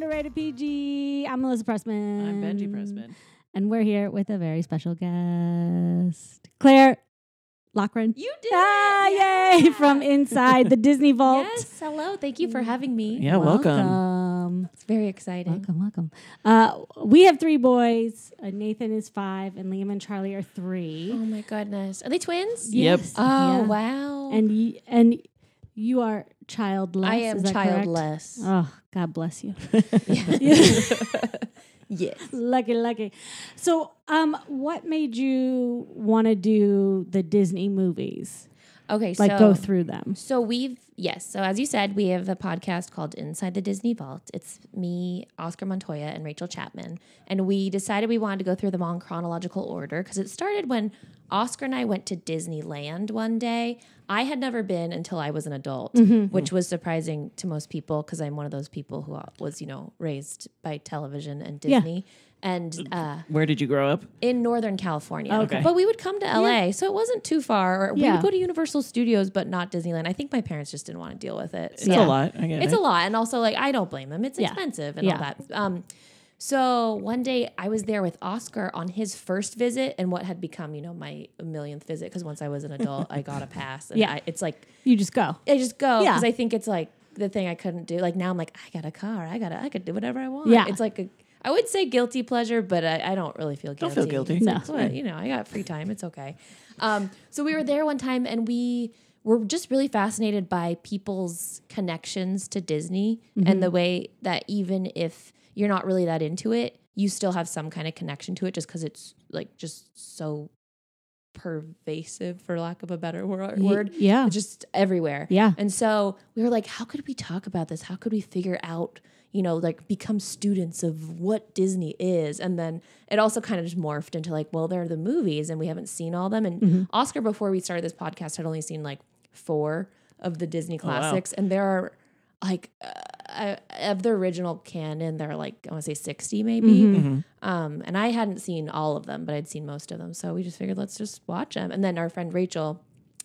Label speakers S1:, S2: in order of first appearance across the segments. S1: Rated PG. I'm Melissa Pressman.
S2: I'm
S3: Mm.
S2: Benji Pressman.
S1: And we're here with a very special guest, Claire Lochran.
S3: You did.
S1: Ah,
S3: it!
S1: yay!
S3: Yeah.
S1: From Mm. inside the Disney Vault.
S3: Yes. Hello. Thank you for having me.
S2: Yeah, welcome.
S1: Welcome.
S3: It's very exciting.
S1: Welcome, welcome. Uh, we have three boys. Uh, Nathan is five, and Liam and Charlie are
S3: Oh
S1: three.
S3: my goodness. Are they twins?
S2: Yep.
S1: Yes.
S3: Oh
S1: Yeah.
S3: wow.
S1: And y- and you are childless.
S3: I
S1: is
S3: am
S1: that correct?
S3: childless.
S1: Oh, God bless you.
S3: yes.
S1: lucky, lucky. So, um, what made you want to do the Disney movies?
S3: Okay.
S1: Like
S3: so
S1: go through them.
S3: So we've yes. So as you said, we have a podcast called Inside the Disney Vault. It's me, Oscar Montoya, and Rachel Chapman, and we decided we wanted to go through them all in chronological order because it started when Oscar and I went to Disneyland one day. I had never been until I was an adult, which was surprising to most people because I'm one of those people who was you know raised by television and
S1: Yeah.
S3: Disney. And uh,
S2: Where did you grow up?
S3: in Northern California.
S2: Okay.
S3: But we would come to LA, so it wasn't too far. Or we
S1: Yeah.
S3: would go to Universal Studios, but not Disneyland. I think my parents just didn't want to deal with it.
S2: It's a lot. I get
S3: It's
S2: it.
S3: a lot. And also, like, I don't blame them. It's
S1: Yeah.
S3: expensive and all
S1: Yeah.
S3: that. Um, so one day I was there with Oscar on his first visit and what had become, you know, my millionth visit. Because once I was an adult, I got a pass. And
S1: Yeah.
S3: I, it's like,
S1: You just go.
S3: I just go
S1: Yeah.
S3: because I think it's like the thing I couldn't do. Like now I'm like, I got a car. I got to I could do whatever I want.
S1: Yeah.
S3: It's like a, I would say guilty pleasure, but I, I don't really feel guilty.
S2: feel guilty.
S3: It's
S1: No.
S3: like, what, you know, I got free time. It's okay. Um, so we were there one time and we were just really fascinated by people's connections to Disney and
S1: Mm-hmm.
S3: the way that even if you're not really that into it, you still have some kind of connection to it just because it's like just so pervasive, for lack of a better wor-
S1: Y-
S3: word.
S1: yeah.
S3: Just everywhere.
S1: Yeah.
S3: And so we were like, how could we talk about this? How could we figure out, you know, like become students of what Disney is? And then it also kind of just morphed into like, well, they're the movies and we haven't seen all them. And
S1: Mm-hmm.
S3: Oscar, before we started this podcast, had only seen like four of the Disney
S2: wow.
S3: classics. And there are like, uh, I- of the original canon, there are like, I want to say 60 maybe.
S1: Mm-hmm.
S3: Um, and I hadn't seen all of them, but I'd seen most of them. So we just figured, let's just watch them. And then our friend Rachel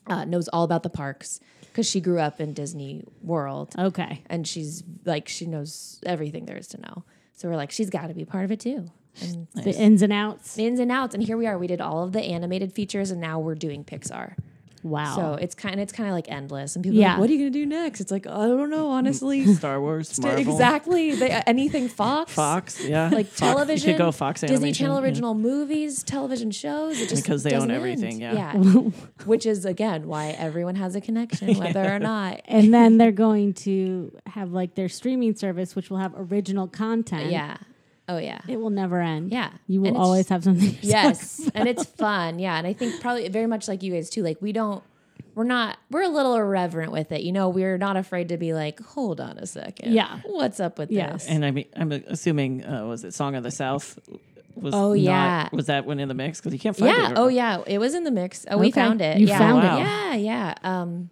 S3: uh, knows all about the parks because she grew up in Disney World
S1: Okay.
S3: and she's like, she knows everything there is to know. So we're like, she's got to be part of it too. And
S1: The ins and outs.
S3: the ins and outs. And here we are. We did all of the animated features and now we're doing Pixar.
S1: Wow.
S3: So it's kind of, it's kind of like endless. And people are
S1: Yeah.
S3: like, what are you going to do next? It's like, I don't know, honestly.
S2: Star Wars, Marvel,
S3: exactly. They, uh, anything Fox.
S2: Fox. Yeah,
S3: Like
S2: Fox.
S3: television,
S2: You could go Fox
S3: Disney
S2: Animation,
S3: Channel
S2: yeah.
S3: original movies, television shows. It just
S2: Because they own
S3: doesn't end.
S2: everything, yeah.
S3: which is again why everyone has a connection, whether or not.
S1: and then they're going to have like their streaming service, which will have original content.
S3: Yeah. Oh yeah.
S1: It will never end.
S3: Yeah.
S1: You will
S3: And it's
S1: always have something. to talk
S3: Yes, and it's fun. Yeah, and I think probably very much like you guys too. Like we don't. We're not, we're a little irreverent with it. You know, we're not afraid to be like, hold on a second.
S1: Yeah.
S3: What's up with
S1: Yeah.
S3: this?
S2: And I mean, I'm assuming uh, was it Song of the South? Was
S3: Oh,
S2: not-
S3: yeah.
S2: was that one in the mix? Because you can't find
S3: Yeah.
S2: it.
S3: Oh, yeah. It was in the mix. Oh, we
S1: Okay.
S3: found it.
S1: You
S3: yeah.
S1: found
S2: it.
S3: Yeah. Yeah. Um,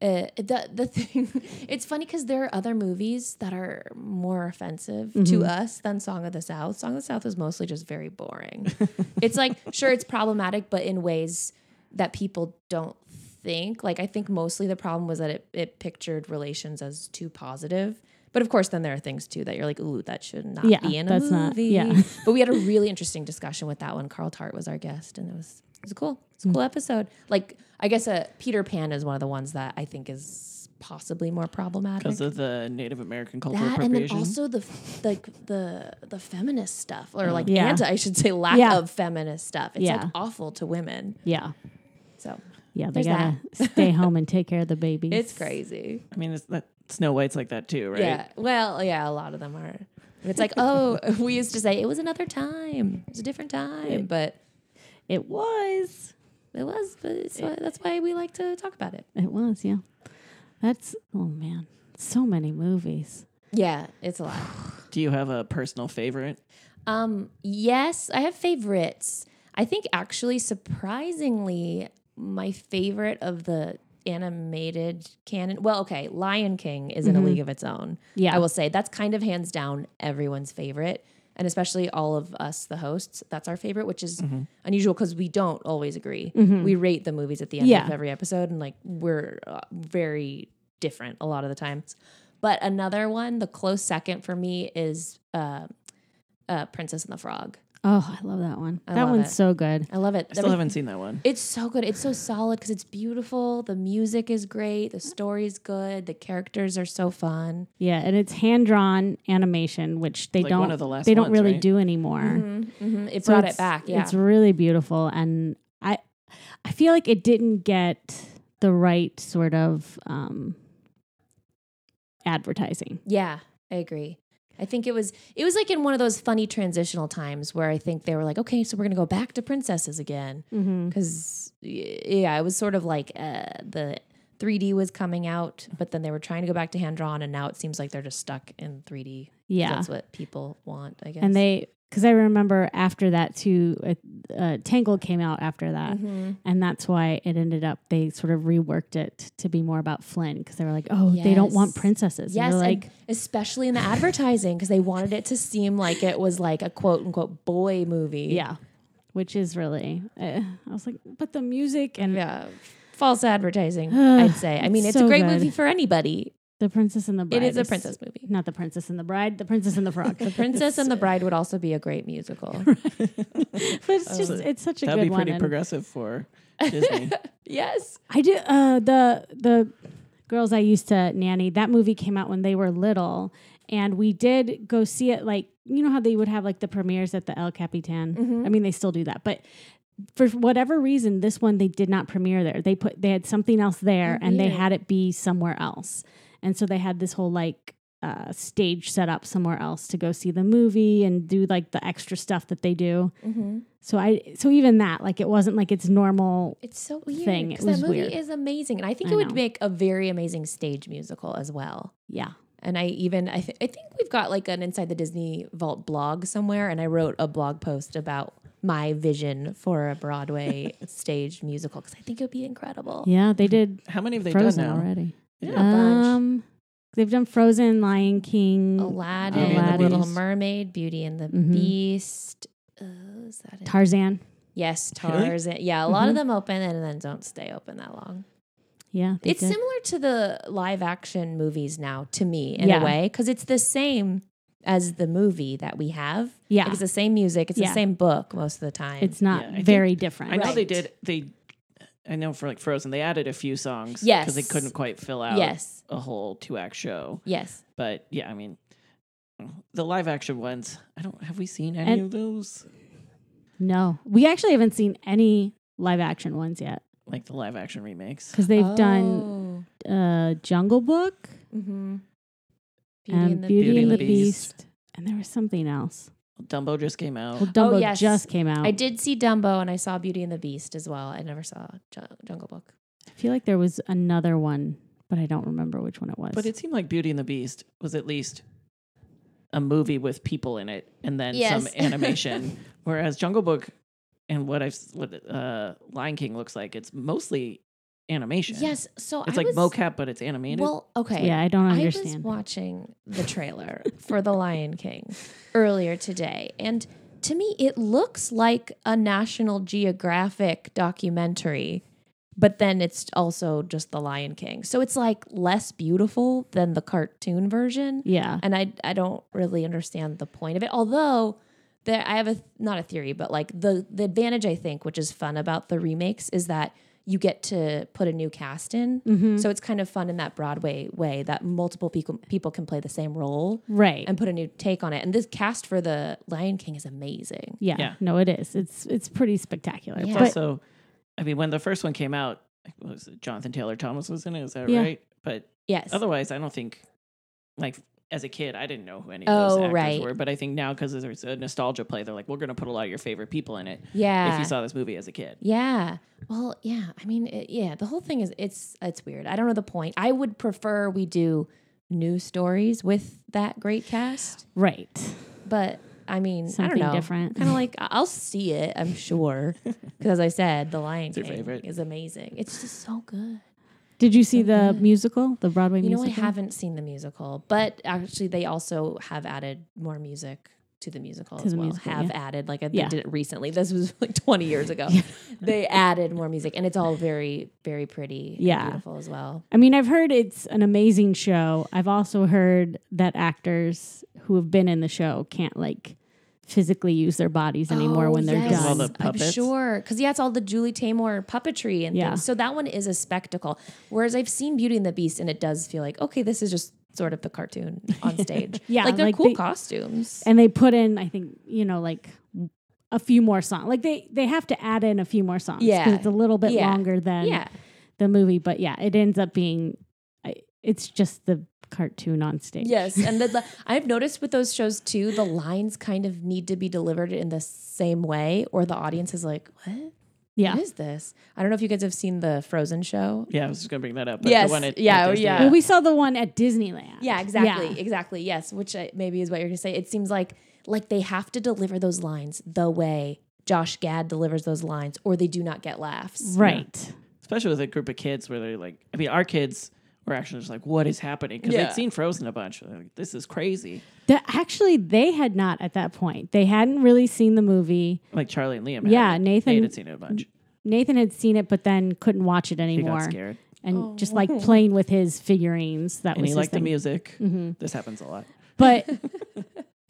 S3: uh, the the thing, it's funny because there are other movies that are more offensive to
S1: Mm-hmm.
S3: us than Song of the South. Song of the South is mostly just very boring. it's like sure, it's problematic, but in ways that people don't think. Like I think mostly the problem was that it it pictured relations as too positive. But of course, then there are things too that you're like, ooh, that should not
S1: Yeah,
S3: be in a
S1: that's not-
S3: movie.
S1: yeah.
S3: But we had a really interesting discussion with that one. Carl Tart was our guest, and it was it was cool. It's a cool episode. Like I guess uh, Peter Pan is one of the ones that I think is possibly more problematic.
S2: because of the Native American cultural
S3: That and then
S2: appropriation.
S3: also the f- like the the feminist stuff or like
S1: Yeah.
S3: anti I should say lack
S1: Yeah.
S3: of feminist stuff. It's
S1: Yeah.
S3: like awful to women.
S1: Yeah.
S3: So
S1: Yeah. They
S3: There's
S1: gotta stay home and take care of the babies.
S3: it's crazy.
S2: I mean, it's that Snow White's like that too, right?
S3: Yeah. Well, yeah, a lot of them are. It's like, oh, we used to say it was another time. It was a different time, but
S1: It was.
S3: it was. But so that's why we like to talk about it.
S1: It was. Yeah. That's. Oh man. So many movies.
S3: Yeah, it's a lot.
S2: Do you have a personal favorite?
S3: Um, yes, I have favorites. I think actually, surprisingly, my favorite of the animated canon. Well, okay, Lion King is in a league of its own.
S1: Yeah.
S3: I will say that's kind of hands down everyone's favorite. And especially all of us, the hosts, that's our favorite, which is unusual because we don't always agree. We rate the movies at the end
S1: Yeah.
S3: of every episode, and like we're uh, very different a lot of the times. But another one, the close second for me is uh, uh, Princess and the Frog.
S1: Oh, I love that one.
S3: I
S1: that
S3: love
S1: one's
S3: it.
S1: so good.
S3: I love it.
S2: I still
S3: Every-
S2: haven't seen that one.
S3: It's so good. It's so solid because it's beautiful. The music is great. The story's good. The characters are so fun.
S1: Yeah, and it's hand drawn animation, which they
S2: Like
S1: don't
S2: one of the last
S1: they don't
S2: ones,
S1: really
S2: right?
S1: do anymore.
S3: Mhm. It
S1: Mm-hmm. So
S3: brought it
S1: it's-
S3: back. Yeah.
S1: It's really beautiful and I I feel like it didn't get the right sort of um advertising.
S3: Yeah, I agree. I think it was it was like in one of those funny transitional times where I think they were like, okay, so we're gonna go back to princesses again
S1: Mm-hmm.
S3: because yeah, it was sort of like uh, the 3D was coming out, but then they were trying to go back to hand drawn, and now it seems like they're just stuck in 3D.
S1: Yeah.
S3: that's what people want, I guess.
S1: And they cuz I remember after that too uh, uh, Tangled came out after that.
S3: Mhm.
S1: And that's why it ended up they sort of reworked it to be more about Flynn because they were like, oh, they don't want
S3: Yes.
S1: princesses.
S3: Yes,
S1: and they're
S3: and
S1: like
S3: especially in the advertising because they wanted it to seem like it was like a quote unquote boy movie.
S1: yeah, which is really. Uh, I was like, but the music and
S3: yeah, false advertising. I'd say. I mean, it's
S1: So
S3: a great
S1: good.
S3: movie for anybody.
S1: the Princess and the Bride.
S3: It is a princess movie.
S1: not the Princess and the Bride. The Princess and the Frog.
S3: The Princess and the Bride would also be a great musical.
S1: but it's just it's such a
S2: That'd
S1: good
S2: be pretty
S1: one. and
S2: progressive for Disney.
S3: yes.
S1: I do uh, the the girls I used to nanny. That movie came out when they were little, and we did go see it. Like you know how they would have like the premieres at the El Capitan. I mean, they still do that, but. For whatever reason, this one they did not premiere there. They put they had something else there, and they
S3: weird.
S1: had it be somewhere else. And so they had this whole like uh, stage set up somewhere else to go see the movie and do like the extra stuff that they do. So I so even that like it wasn't like it's normal.
S3: It's so weird.
S1: thing. It
S3: 'cause
S1: was
S3: that movie
S1: weird.
S3: is amazing, and I think
S1: I
S3: it would
S1: know.
S3: make a very amazing stage musical as well.
S1: Yeah,
S3: And I even I, th- I think we've got like an Inside the Disney Vault blog somewhere, and I wrote a blog post about my vision for a Broadway stage musical because I think it would be incredible.
S1: yeah, they did
S2: How many have they
S1: Frozen
S2: done now?
S1: already.
S3: Yeah, a bunch.
S1: Um, they've done Frozen, Lion King,
S3: Aladdin, Mm-hmm.
S1: Beauty and the
S3: Little
S2: Beast.
S3: Mermaid, Beauty and the
S1: Mhm.
S3: Beast. Uh, is that it?
S1: Tarzan.
S3: yes,
S2: Really?
S3: Tarzan. Yeah, a lot of
S1: Mm-hmm.
S3: them open and then don't stay open that long.
S1: Yeah, they
S3: It's
S1: did.
S3: similar to the live action movies now to me in
S1: Yeah.
S3: a way because it's the same as the movie that we have.
S1: yeah.
S3: Like, it's the same music, it's
S1: Yeah.
S3: the same book most of the time.
S1: it's not
S2: Yeah, I think-
S1: very different.
S2: I know they
S3: Right.
S2: did. They, I know for like Frozen, they added a few songs. because they
S3: Yes.
S2: couldn't quite fill out
S3: yes,
S2: a whole two-act show.
S3: yes.
S2: But yeah, I mean, the live-action ones. I don't. Have we seen any
S1: And-
S2: of those?
S1: No, we actually haven't seen any live action ones yet
S2: Like the live-action remakes.
S1: because they've done
S3: Oh.
S1: uh, Jungle Book
S3: hmm Beauty
S1: and
S3: and the
S1: Um, Beauty,
S3: Beast. Oh.
S1: and the Beast. and there was something else.
S2: Dumbo just came out.
S1: Well, Dumbo
S3: yes.
S1: just came out.
S3: I did see Dumbo and I saw Beauty and the Beast as well. I never saw Jun- Jungle Book.
S1: I feel like there was another one, but I don't remember which one it was.
S2: But it seemed like Beauty and the Beast was at least a movie with people in it, and then some
S3: Yes.
S2: animation. Whereas Jungle Book and what I've s- what uh, Lion King looks like, it's mostly animation.
S3: Yes, so
S2: it's
S3: I
S2: like
S3: was,
S2: mocap, but it's animated.
S3: Well, okay.
S1: yeah, I don't
S3: I was
S1: understand.
S3: watching the trailer for The Lion King earlier today, and to me, it looks like a National Geographic documentary, but then it's also just The Lion King. So it's like less beautiful than the cartoon version,
S1: yeah,
S3: and I I don't really understand the point of it. Although there, I have a not a theory, but like the the advantage I think, which is fun about the remakes, is that you get to put a new cast in.
S1: Mhm.
S3: So it's kind of fun in that Broadway way that multiple people people can play the same role
S1: right.
S3: and put a new take on it. And this cast for the Lion King is amazing.
S1: yeah,
S2: Yeah.
S1: no, it is. It's it's pretty spectacular.
S3: Yeah.
S2: It's
S1: But-
S2: also, I mean, when the first one came out, what was it, Jonathan Taylor Thomas was in it. Is that
S1: Yeah.
S2: right? But
S3: Yes.
S2: otherwise, I don't think like. As a kid, I didn't know who any of
S3: Oh,
S2: those actors
S3: right.
S2: were, but I think now because there's a nostalgia play, they're like, we're going to put a lot of your favorite people in it.
S3: yeah.
S2: If you saw this movie as a kid,
S3: Yeah. Well, yeah. I mean, it, yeah. The whole thing is it's it's weird. I don't know the point. I would prefer we do new stories with that great cast,
S1: Right.
S3: but I mean, I
S1: Something
S3: don't know.
S1: different.
S3: Kind of like I- I'll see it. I'm sure because as I said, The Lion
S2: your
S3: King
S2: favorite.
S3: is amazing. It's just so good.
S1: Did you see the musical, the Broadway
S3: You know,
S1: musical?
S3: I haven't seen the musical, but actually, they also have added more music to the musical
S1: To
S3: as
S1: the
S3: well
S1: musical,
S3: have
S1: yeah.
S3: added like I
S1: Yeah.
S3: did it recently. This was like 20 years ago. They added more music and it's all very very pretty and
S1: Yeah.
S3: beautiful as well.
S1: I mean, I've heard it's an amazing show. I've also heard that actors who have been in the show can't like physically use their bodies anymore
S3: Oh,
S1: when they're
S3: yes.
S2: All
S1: done.
S2: the
S3: I'm
S2: puppets.
S3: sure. Because, yeah, it's all the Julie Taymor puppetry and
S1: Yeah.
S3: things. So that one is a spectacle. Whereas I've seen Beauty and the Beast and it does feel like, okay, this is just sort of the cartoon on stage.
S1: Yeah,
S3: Like they're
S1: like
S3: cool
S1: they-
S3: costumes.
S1: and they put in, I think, you know, like a few more songs. Like they they have to add in a few more songs
S3: Yeah.
S1: it's a little bit
S3: Yeah.
S1: longer than
S3: yeah.
S1: the movie. But yeah, it ends up being I- it's just the cartoon on stage.
S3: Yes. And the, I've noticed with those shows too, the lines kind of need to be delivered in the same way, or the audience is like, what?
S1: yeah.
S3: What is this? I don't know if you guys have seen the Frozen show.
S2: Yeah, I was just gonna bring that up. but
S3: Yes,
S2: The one at,
S3: yeah,
S2: at
S3: oh,
S2: Disney-
S3: yeah.
S1: Well, we saw the one at Disneyland.
S3: Yeah, exactly, exactly. Yes, which I, maybe is what you're gonna say. It seems like like they have to deliver those lines the way Josh Gad delivers those lines, or they do not get laughs.
S1: Right.
S2: especially with a group of kids where they're like, I mean, our kids were actually just like, what is happening? Because
S3: Yeah.
S2: they'd seen Frozen a bunch. They're Like, this is crazy.
S1: The, actually, they had not at that point. They hadn't really seen the movie.
S2: Like Charlie and Liam.
S1: Yeah,
S2: had it.
S1: Nathan-
S2: They had seen it a bunch.
S1: Nathan had seen it, but then couldn't watch it
S2: He
S1: anymore.
S2: got scared.
S1: And
S3: Oh.
S1: just like playing with his figurines. That
S2: And
S1: was
S2: he
S1: his
S2: liked the
S1: thing. Mm-hmm.
S2: music. This happens a lot.
S1: But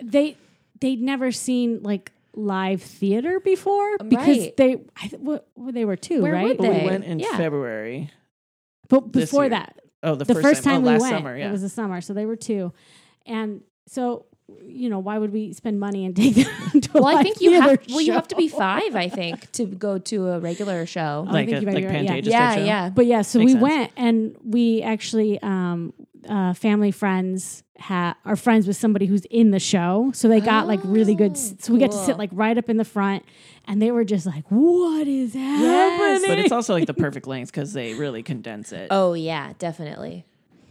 S1: they they'd never seen like live theater before because
S3: Um, Right.
S1: they I th- what, well, they were two
S3: Where
S1: right.
S3: would
S2: But
S3: They-
S2: we went in
S3: yeah.
S2: February.
S1: But
S2: This
S1: before
S2: year.
S1: that,
S2: Oh, the,
S1: the
S2: first, time, oh,
S1: we
S2: last
S1: went,
S2: summer. Yeah.
S1: it was the summer, so they were two, and so you know why would we spend money and take them to? a
S3: Well, I
S1: live
S3: think you
S1: theater
S3: have. Well, you
S1: show?
S3: have to be five, I think, to go to a regular show.
S1: I
S2: like
S1: think
S2: a,
S1: you might
S2: like
S1: be right, yeah.
S2: Pantages
S3: yeah,
S2: type show.
S3: yeah.
S1: But yeah, so
S2: Makes
S1: we
S2: sense.
S1: went and we actually um uh family friends ha- are friends with somebody who's in the show. So they got like really good s- so we got to
S3: Oh, cool.
S1: sit like right up in the front and they were just like, "What is happening?"
S2: But it's also like the perfect length because they really condense it.
S3: Oh yeah, definitely.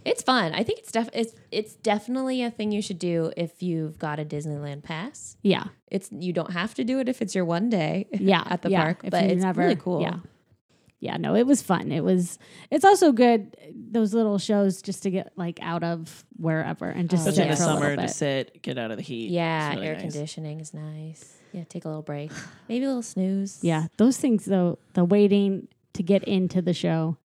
S3: It's fun. I think it's def- it's it's definitely a thing you should do if you've got a Disneyland pass.
S1: yeah.
S3: It's you don't have to do it if it's your one day.
S1: Yeah.
S3: at the
S1: yeah,
S3: park,
S1: if
S3: but
S1: you
S3: it's really cool.
S1: Yeah. Yeah, no, it was fun. It was it's also good those little shows just to get like out of wherever and
S3: Oh,
S1: just
S2: Especially
S1: sit
S2: in the
S1: for a little
S2: summer to
S1: bit.
S2: sit, get out of the heat.
S3: Yeah,
S2: It's really
S3: air
S2: nice.
S3: conditioning is nice. Yeah, take a little break. Maybe a little snooze.
S1: Yeah, those things though, the waiting to get into the show,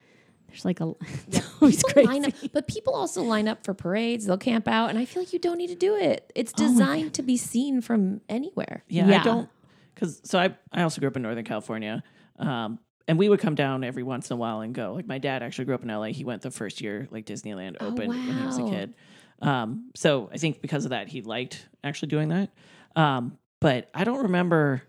S1: there's like a it's always
S3: People
S1: crazy.
S3: line up, but people also line up for parades. They'll camp out, and I feel like you don't need to do it. It's
S2: Oh
S3: designed to be seen from anywhere.
S2: Yeah,
S1: Yeah.
S2: I don't because so I I also grew up in Northern California, um, and we would come down every once in a while and go. Like my dad actually grew up in LA. He went the first year like Disneyland opened when he was a
S3: wow.
S2: kid. Um, so I think because of that, he liked actually doing that. Um, but I don't remember.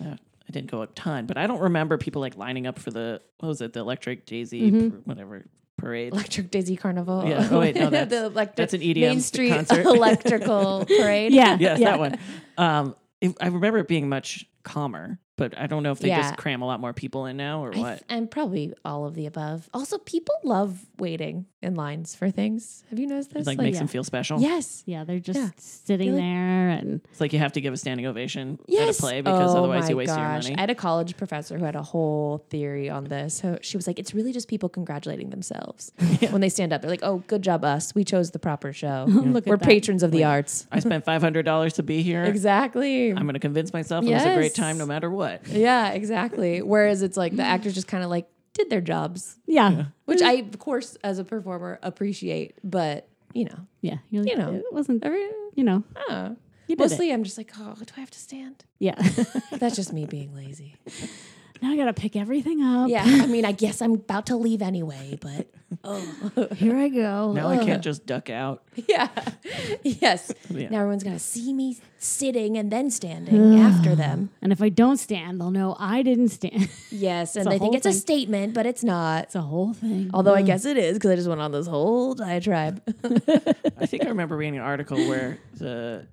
S2: Uh, I didn't go a ton, but I don't remember people like lining up for the what was it the Electric Daisy par- whatever parade.
S3: Electric Daisy Carnival.
S2: Yeah. Oh, wait, no, that's-
S3: electric,
S2: that's an EDM
S3: Main Street
S2: concert.
S3: electrical parade.
S1: yeah,
S2: yes,
S1: yeah.
S2: that one. Um, it, I remember it being much calmer, but I don't know if they
S3: Yeah.
S2: just cram a lot more people in now or
S3: I th-
S2: what.
S3: and probably all of the above. Also, people love waiting in lines for things. Have you noticed this?
S2: It, like, makes
S1: yeah.
S2: them feel special.
S3: yes,
S1: Yeah, they're just
S3: Yeah.
S1: sitting
S3: They're like-
S1: there and
S2: It's like you have to give a standing ovation at
S3: yes.
S2: a play because
S3: Oh
S2: otherwise you
S3: my
S2: waste
S3: gosh.
S2: your
S3: I
S2: money.
S3: had a college professor who had a whole theory on this. So she was like, "It's really just people congratulating themselves when they stand up. They're like, oh, good job us. We chose the proper show.
S1: Look at
S3: We're
S1: that.
S3: patrons of the arts.'
S2: I spent five hundred dollars to be here.
S3: Exactly.
S2: I'm going to convince myself it was a
S3: Yes.
S2: great time no matter what.
S3: yeah, exactly. Whereas it's like the actors just kind of like did their jobs,
S1: yeah,
S3: which
S2: Mm.
S3: I of course as a performer appreciate, but you know,
S1: yeah. You're like,
S3: You know.
S1: it wasn't
S3: every
S1: you know
S3: oh.
S1: you did it.
S3: Mostly, I'm just like, oh, do I have to stand?
S1: Yeah,
S3: That's just me being lazy.
S1: now I gotta pick everything up.
S3: Yeah, I mean, I guess I'm about to leave anyway, but oh,
S1: here I go.
S2: Now I can't just duck out.
S3: yeah, yes.
S2: Yeah.
S3: Now everyone's gonna see me sitting and then standing after them.
S1: And if I don't stand, they'll know I didn't stand.
S3: Yes, and
S1: a
S3: they think
S1: whole
S3: it's a
S1: thing.
S3: statement, but it's not.
S1: it's a whole thing.
S3: Although I guess it is because I just went on this whole diatribe.
S2: I think I remember reading an article where the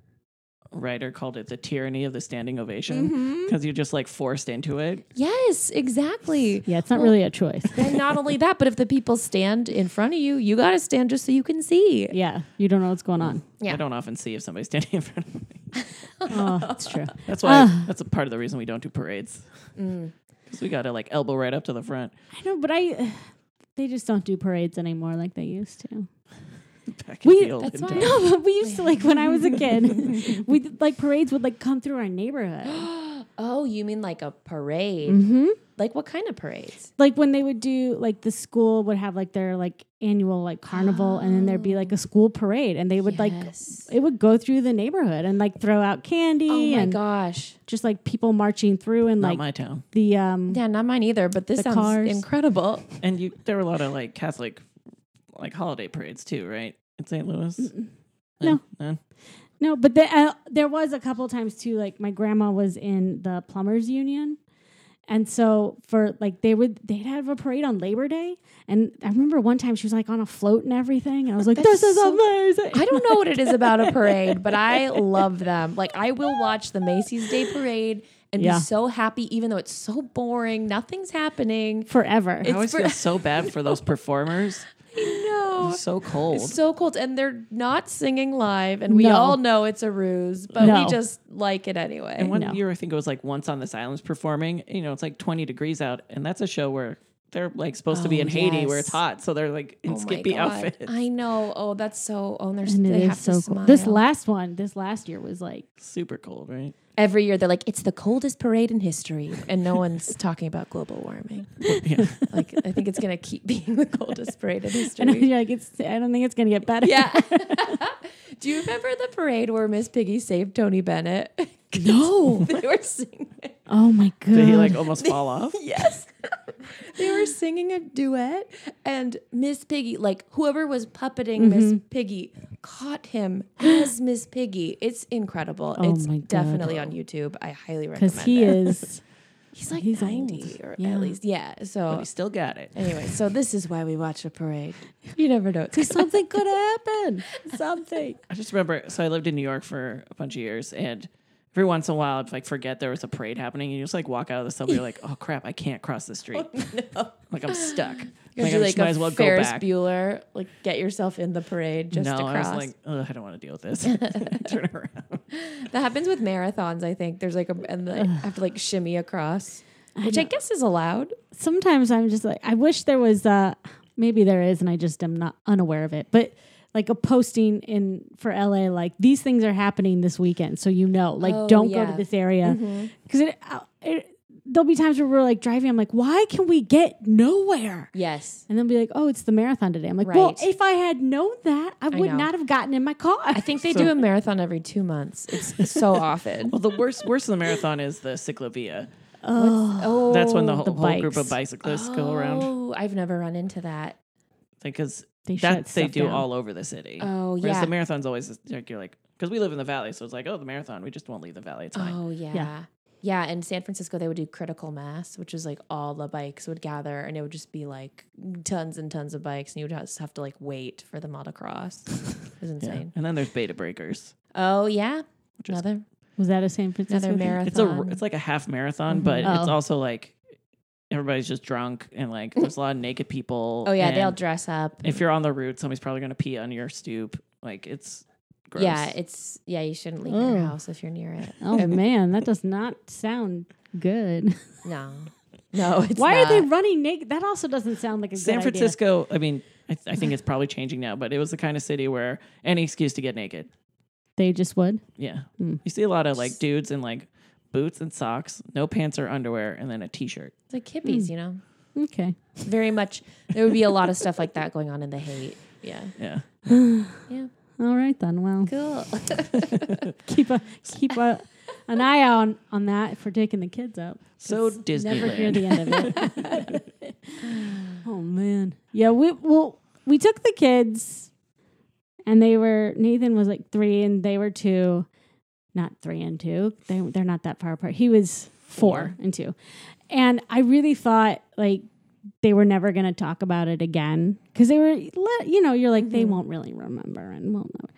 S2: writer called it the tyranny of the standing ovation
S3: Mm-hmm.
S2: because you're just like forced into it.
S3: yes, exactly.
S1: yeah, it's not really a choice.
S3: And not only that, but if the people stand in front of you, you gotta stand just so you can see.
S1: yeah, you don't know what's going on.
S3: Yeah.
S2: I don't often see if somebody's standing in front of me.
S1: Oh, it's true.
S2: That's why that's a part of the reason we don't do parades.
S3: Mm.
S2: Because we got to like elbow right up to the front.
S1: I know, but I they just don't do parades anymore like they used to.
S2: Back in
S1: We
S2: the old
S3: That's why-
S2: days.
S1: no, but we used to like when I was a kid, we like parades would like come through our neighborhood.
S3: oh, you mean like a parade?
S1: hmm
S3: Like what kind of parades?
S1: Like when they would do like the school would have like their like annual like carnival, and then there'd be like a school parade, and they would like
S3: Oh. Yes.
S1: it would go through the neighborhood and like throw out candy
S3: Oh my
S1: and
S3: gosh.
S1: just like people marching through and
S2: Not
S1: like
S2: my town.
S1: the um
S3: Yeah, not mine either, but this
S1: The
S3: sounds
S1: cars.
S3: incredible.
S2: And you, there were a lot of like Catholic, like holiday parades too, right? In St. Louis.
S1: No.
S2: none?
S1: No, but the, uh, there was a couple times too. Like my grandma was in the plumbers union, and so for like they would they'd have a parade on Labor Day, and I remember one time she was like on a float and everything, and I was like,
S3: That's
S1: "This is
S3: so-
S1: amazing!"
S3: I don't know what it is about a parade, but I love them. Like I will watch the Macy's Day Parade and
S1: Yeah.
S3: be so happy, even though it's so boring. Nothing's happening.
S1: forever.
S2: I always
S3: for-
S2: feel so bad for those performers.
S3: No.
S2: It's so cold.
S3: It's so cold. And they're not singing live. And we
S1: No.
S3: all know it's a ruse, but
S1: No.
S3: we just like it anyway.
S2: and one
S1: no.
S2: year, I think it was like once on this island's performing. You know, it's like 20 degrees out, and that's a show where they're like supposed to be
S3: Oh,
S2: in Haiti where it's
S3: yes.
S2: hot, so they're like in
S3: Oh my
S2: skimpy
S3: God.
S2: outfits.
S3: I know. Oh, that's so. Oh, and they're,
S1: and it
S3: they
S1: is
S3: have
S1: so
S3: to
S1: cool.
S3: smile.
S1: This last one, this last year was like,
S2: Super cold, right?
S3: Every year they're like, it's the coldest parade in history. And no one's talking about global warming.
S2: Yeah.
S3: Like, I think it's going to keep being the coldest parade in
S1: and
S3: history.
S1: you're like, it's. I don't think it's gonna get better.
S3: Yeah. Do you remember the parade where Miss Piggy saved Tony Bennett?
S1: No.
S3: they were singing.
S1: Oh my god.
S2: Did he like almost fall off?
S3: Yes. they were singing a duet and Miss Piggy, like whoever was puppeting Miss
S1: Mm-hmm.
S3: Piggy, caught him as Miss Piggy. It's incredible.
S1: Oh
S3: it's
S1: my God.
S3: definitely on YouTube. I highly recommend
S1: Because he
S3: it.
S1: is.
S3: He's like
S1: he's old.
S3: 90 or
S1: Yeah.
S3: at least. Yeah.
S2: But
S3: So
S2: he still got it.
S3: anyway, so this is why we watch a parade. You never know. It's gonna-
S1: Something could happen. Something.
S2: I just remember. So I lived in New York for a bunch of years, and every once in a while, I'd like forget there was a parade happening, and you just like walk out of the subway, you're like, oh crap, I can't cross the street. Like I'm stuck.
S3: You're
S2: Like, I
S3: gonna do,
S2: just
S3: like
S2: might
S3: a
S2: as well go
S3: Ferris
S2: back.
S3: Bueller, like get yourself in the parade just
S2: no,
S3: to
S2: I
S3: cross.
S2: was like, Ugh, I don't want to deal with this. Turn around.
S3: That happens with marathons, I think. There's like a and the, have to like shimmy across, which I, guess is allowed.
S1: sometimes I'm just like, I wish there was uh maybe there is, and I just am not unaware of it. But like a posting in for LA, like these things are happening this weekend, so you know, like
S3: Oh,
S1: don't go
S3: yeah. Mm-hmm.
S1: to this area because it, uh, it. There'll be times where we're like driving. I'm like, why can we get nowhere?
S3: Yes.
S1: And then be like, oh, it's the marathon today. I'm like, well,
S3: Right.
S1: if I had known that, I would
S3: know.
S1: not have gotten in my car.
S3: I think they do a marathon every two months. It's so often.
S2: Well, the worst, worst of the marathon is the ciclovia.
S3: oh,
S2: That's when the whole,
S1: the
S2: whole group of
S1: bikes.
S2: bicyclists go around
S3: Oh, I've never run into that.
S2: because
S1: They shut
S2: that's they
S1: stuff
S2: do
S1: down.
S2: all over the city.
S3: Oh,
S2: Whereas
S3: yeah.
S2: the marathon's always this- like you're like because we live in the valley, so it's like oh the marathon, we just won't leave the valley. It's fine.
S3: Oh yeah. yeah. in San Francisco, they would do critical mass, which is like all the bikes would gather, and it would just be like tons and tons of bikes, and you would just have to like wait for them all to cross. It was
S2: Yeah.
S3: insane.
S2: And then there's beta breakers.
S3: Oh yeah,
S2: Which is-
S3: another
S1: was that a San Francisco?
S3: another
S1: thing?
S3: marathon. Mm-hmm.
S2: It's a it's like a half marathon, but it's
S1: Oh.
S2: also like everybody's just drunk and like there's a lot of naked people.
S3: oh yeah, they all
S2: and
S3: dress up.
S2: If you're on the route, somebody's probably gonna pee on your stoop. Like it's gross.
S3: Yeah, it's yeah. You shouldn't leave your
S1: Ugh.
S3: house if you're near it.
S1: Oh man, that does not sound good.
S3: No, no. It's
S1: Why are they
S3: not.
S1: running naked? That also doesn't sound like a
S2: San
S1: good idea.
S2: Francisco. I mean, I, th- I think it's probably changing now, but it was the kind of city where any excuse to get naked.
S1: They just would.
S2: Yeah,
S3: Hmm.
S2: you see a lot of like dudes in like boots and socks, no pants or underwear, and then a t-shirt.
S3: It's like
S1: Mm.
S3: hippies, you know.
S1: Okay.
S3: Very much. There would be a lot of stuff like that going on in the hate. Yeah,
S2: Yeah,
S3: yeah.
S1: All right then. Well,
S3: Cool.
S1: keep a keep a an eye on on that for taking the kids out.
S2: so
S1: Never hear
S2: Disneyland.
S1: the end of it.
S3: Mm-hmm.
S1: oh man. Yeah. We well we took the kids, and they were Nathan was like three and they were two, not three and two. They they're not that far apart. He was four and two, and I really thought like they were never going to talk about it again because they were let you know you're like they won't really remember and won't know.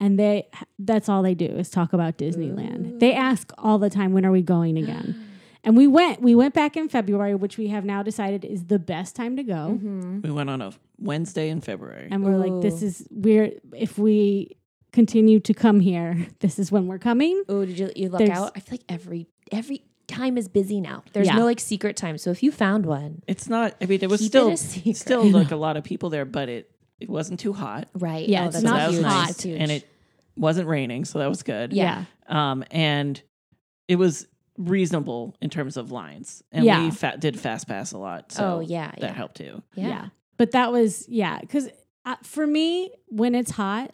S1: And they that's all they do is talk about
S3: Mm.
S1: Disneyland. They ask all the time when are we going again? And we went we went back in February which we have now decided is the best time to go.
S2: we went on a Wednesday in February.
S1: And we're like this
S3: Mm-hmm. Ooh.
S1: is we're if we continue to come here this is when we're coming.
S3: oh, did you you luck
S1: There's-
S3: out? I feel like every every time is busy now. There's
S1: Yeah.
S3: no like secret time. So if you found one,
S2: It's not. I mean, it was
S3: Keep it
S2: still
S3: a secret.
S2: still like a lot of people there, but it it wasn't too hot.
S3: Right.
S1: Yeah,
S3: Oh,
S1: it's
S3: that's
S1: not
S2: that was
S3: huge.
S1: hot.
S3: That's huge.
S2: and it wasn't raining, so that was good.
S3: Yeah.
S2: Um, and it was reasonable in terms of lines, and
S1: Yeah.
S2: we fa- did fast pass a lot, so
S3: oh yeah.
S2: that
S3: Yeah.
S2: helped too.
S3: yeah.
S1: But that was, yeah, because uh, for me, when it's hot,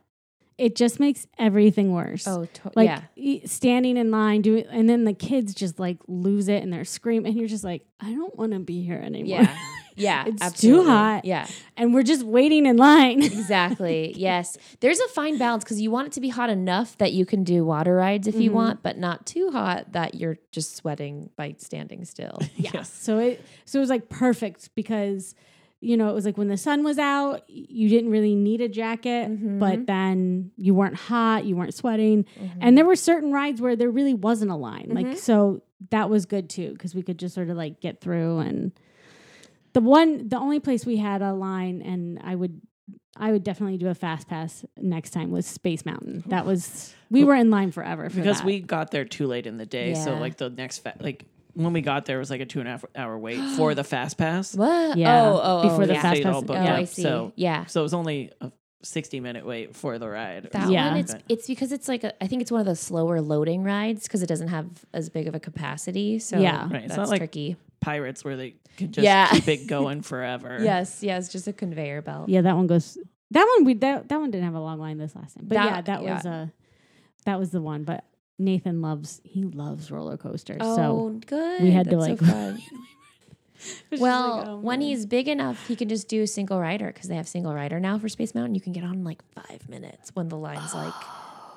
S1: it just makes everything worse.
S3: Oh to-
S1: like
S3: yeah.
S1: e- standing in line doing, and then the kids just like lose it and they're screaming, and you're just like, I don't want to be here anymore.
S3: Yeah. Yeah.
S1: It's too
S3: absolutely.
S1: hot.
S3: Yeah.
S1: and we're just waiting in line.
S3: Exactly. yes. There's a fine balance because you want it to be hot enough that you can do water rides if you
S1: Mhm.
S3: want, but not too hot that you're just sweating by standing still.
S1: Yeah. So it so it was like perfect because you know it was like when the sun was out, you didn't really need a jacket,
S2: Mm-hmm.
S1: but then you weren't hot, you weren't sweating, and there were certain rides where there really wasn't a line.
S2: Mm-hmm.
S1: Like so that was good too because we could just sort of like get through and the one the only place we had a line and I would. I would definitely do a fast pass next time was Space Mountain. That was we were in line forever for
S2: because
S1: that.
S2: we got there too late in the day. So
S3: Yeah.
S2: like the next fa- like when we got there was like a two and a half hour wait for the fast pass.
S3: What?
S1: Yeah.
S3: Oh, oh, oh,
S1: Before the
S3: yeah.
S1: fast
S2: They all
S1: pass-
S2: booked
S1: Oh,
S3: Oh,
S2: up,
S3: I see.
S2: So
S3: yeah.
S2: so it was only a sixty minute wait for the ride. or
S3: That
S2: something
S1: Yeah.
S3: one,
S2: like
S3: it's
S2: that.
S3: it's because it's like a, I think it's one of those slower loading rides because it doesn't have as big of a capacity. So
S1: Yeah.
S2: Right, it's
S3: that's
S2: not like-
S3: tricky.
S2: pirates where they could just
S3: Yeah.
S2: keep it going forever.
S3: Yes, yes, just a conveyor belt.
S1: Yeah, that one goes. That one we that that one didn't have a long line this last time, but
S3: That-
S1: yeah, that was a that was the one. But Nathan loves he loves roller coasters,
S3: Oh,
S1: so
S3: good.
S1: we had to,
S3: That's so
S1: like-
S3: fun. well,
S1: oh,
S3: when he's big enough, he can just do a single rider because they have single rider now for Space Mountain. You can get on in like five minutes when the line's like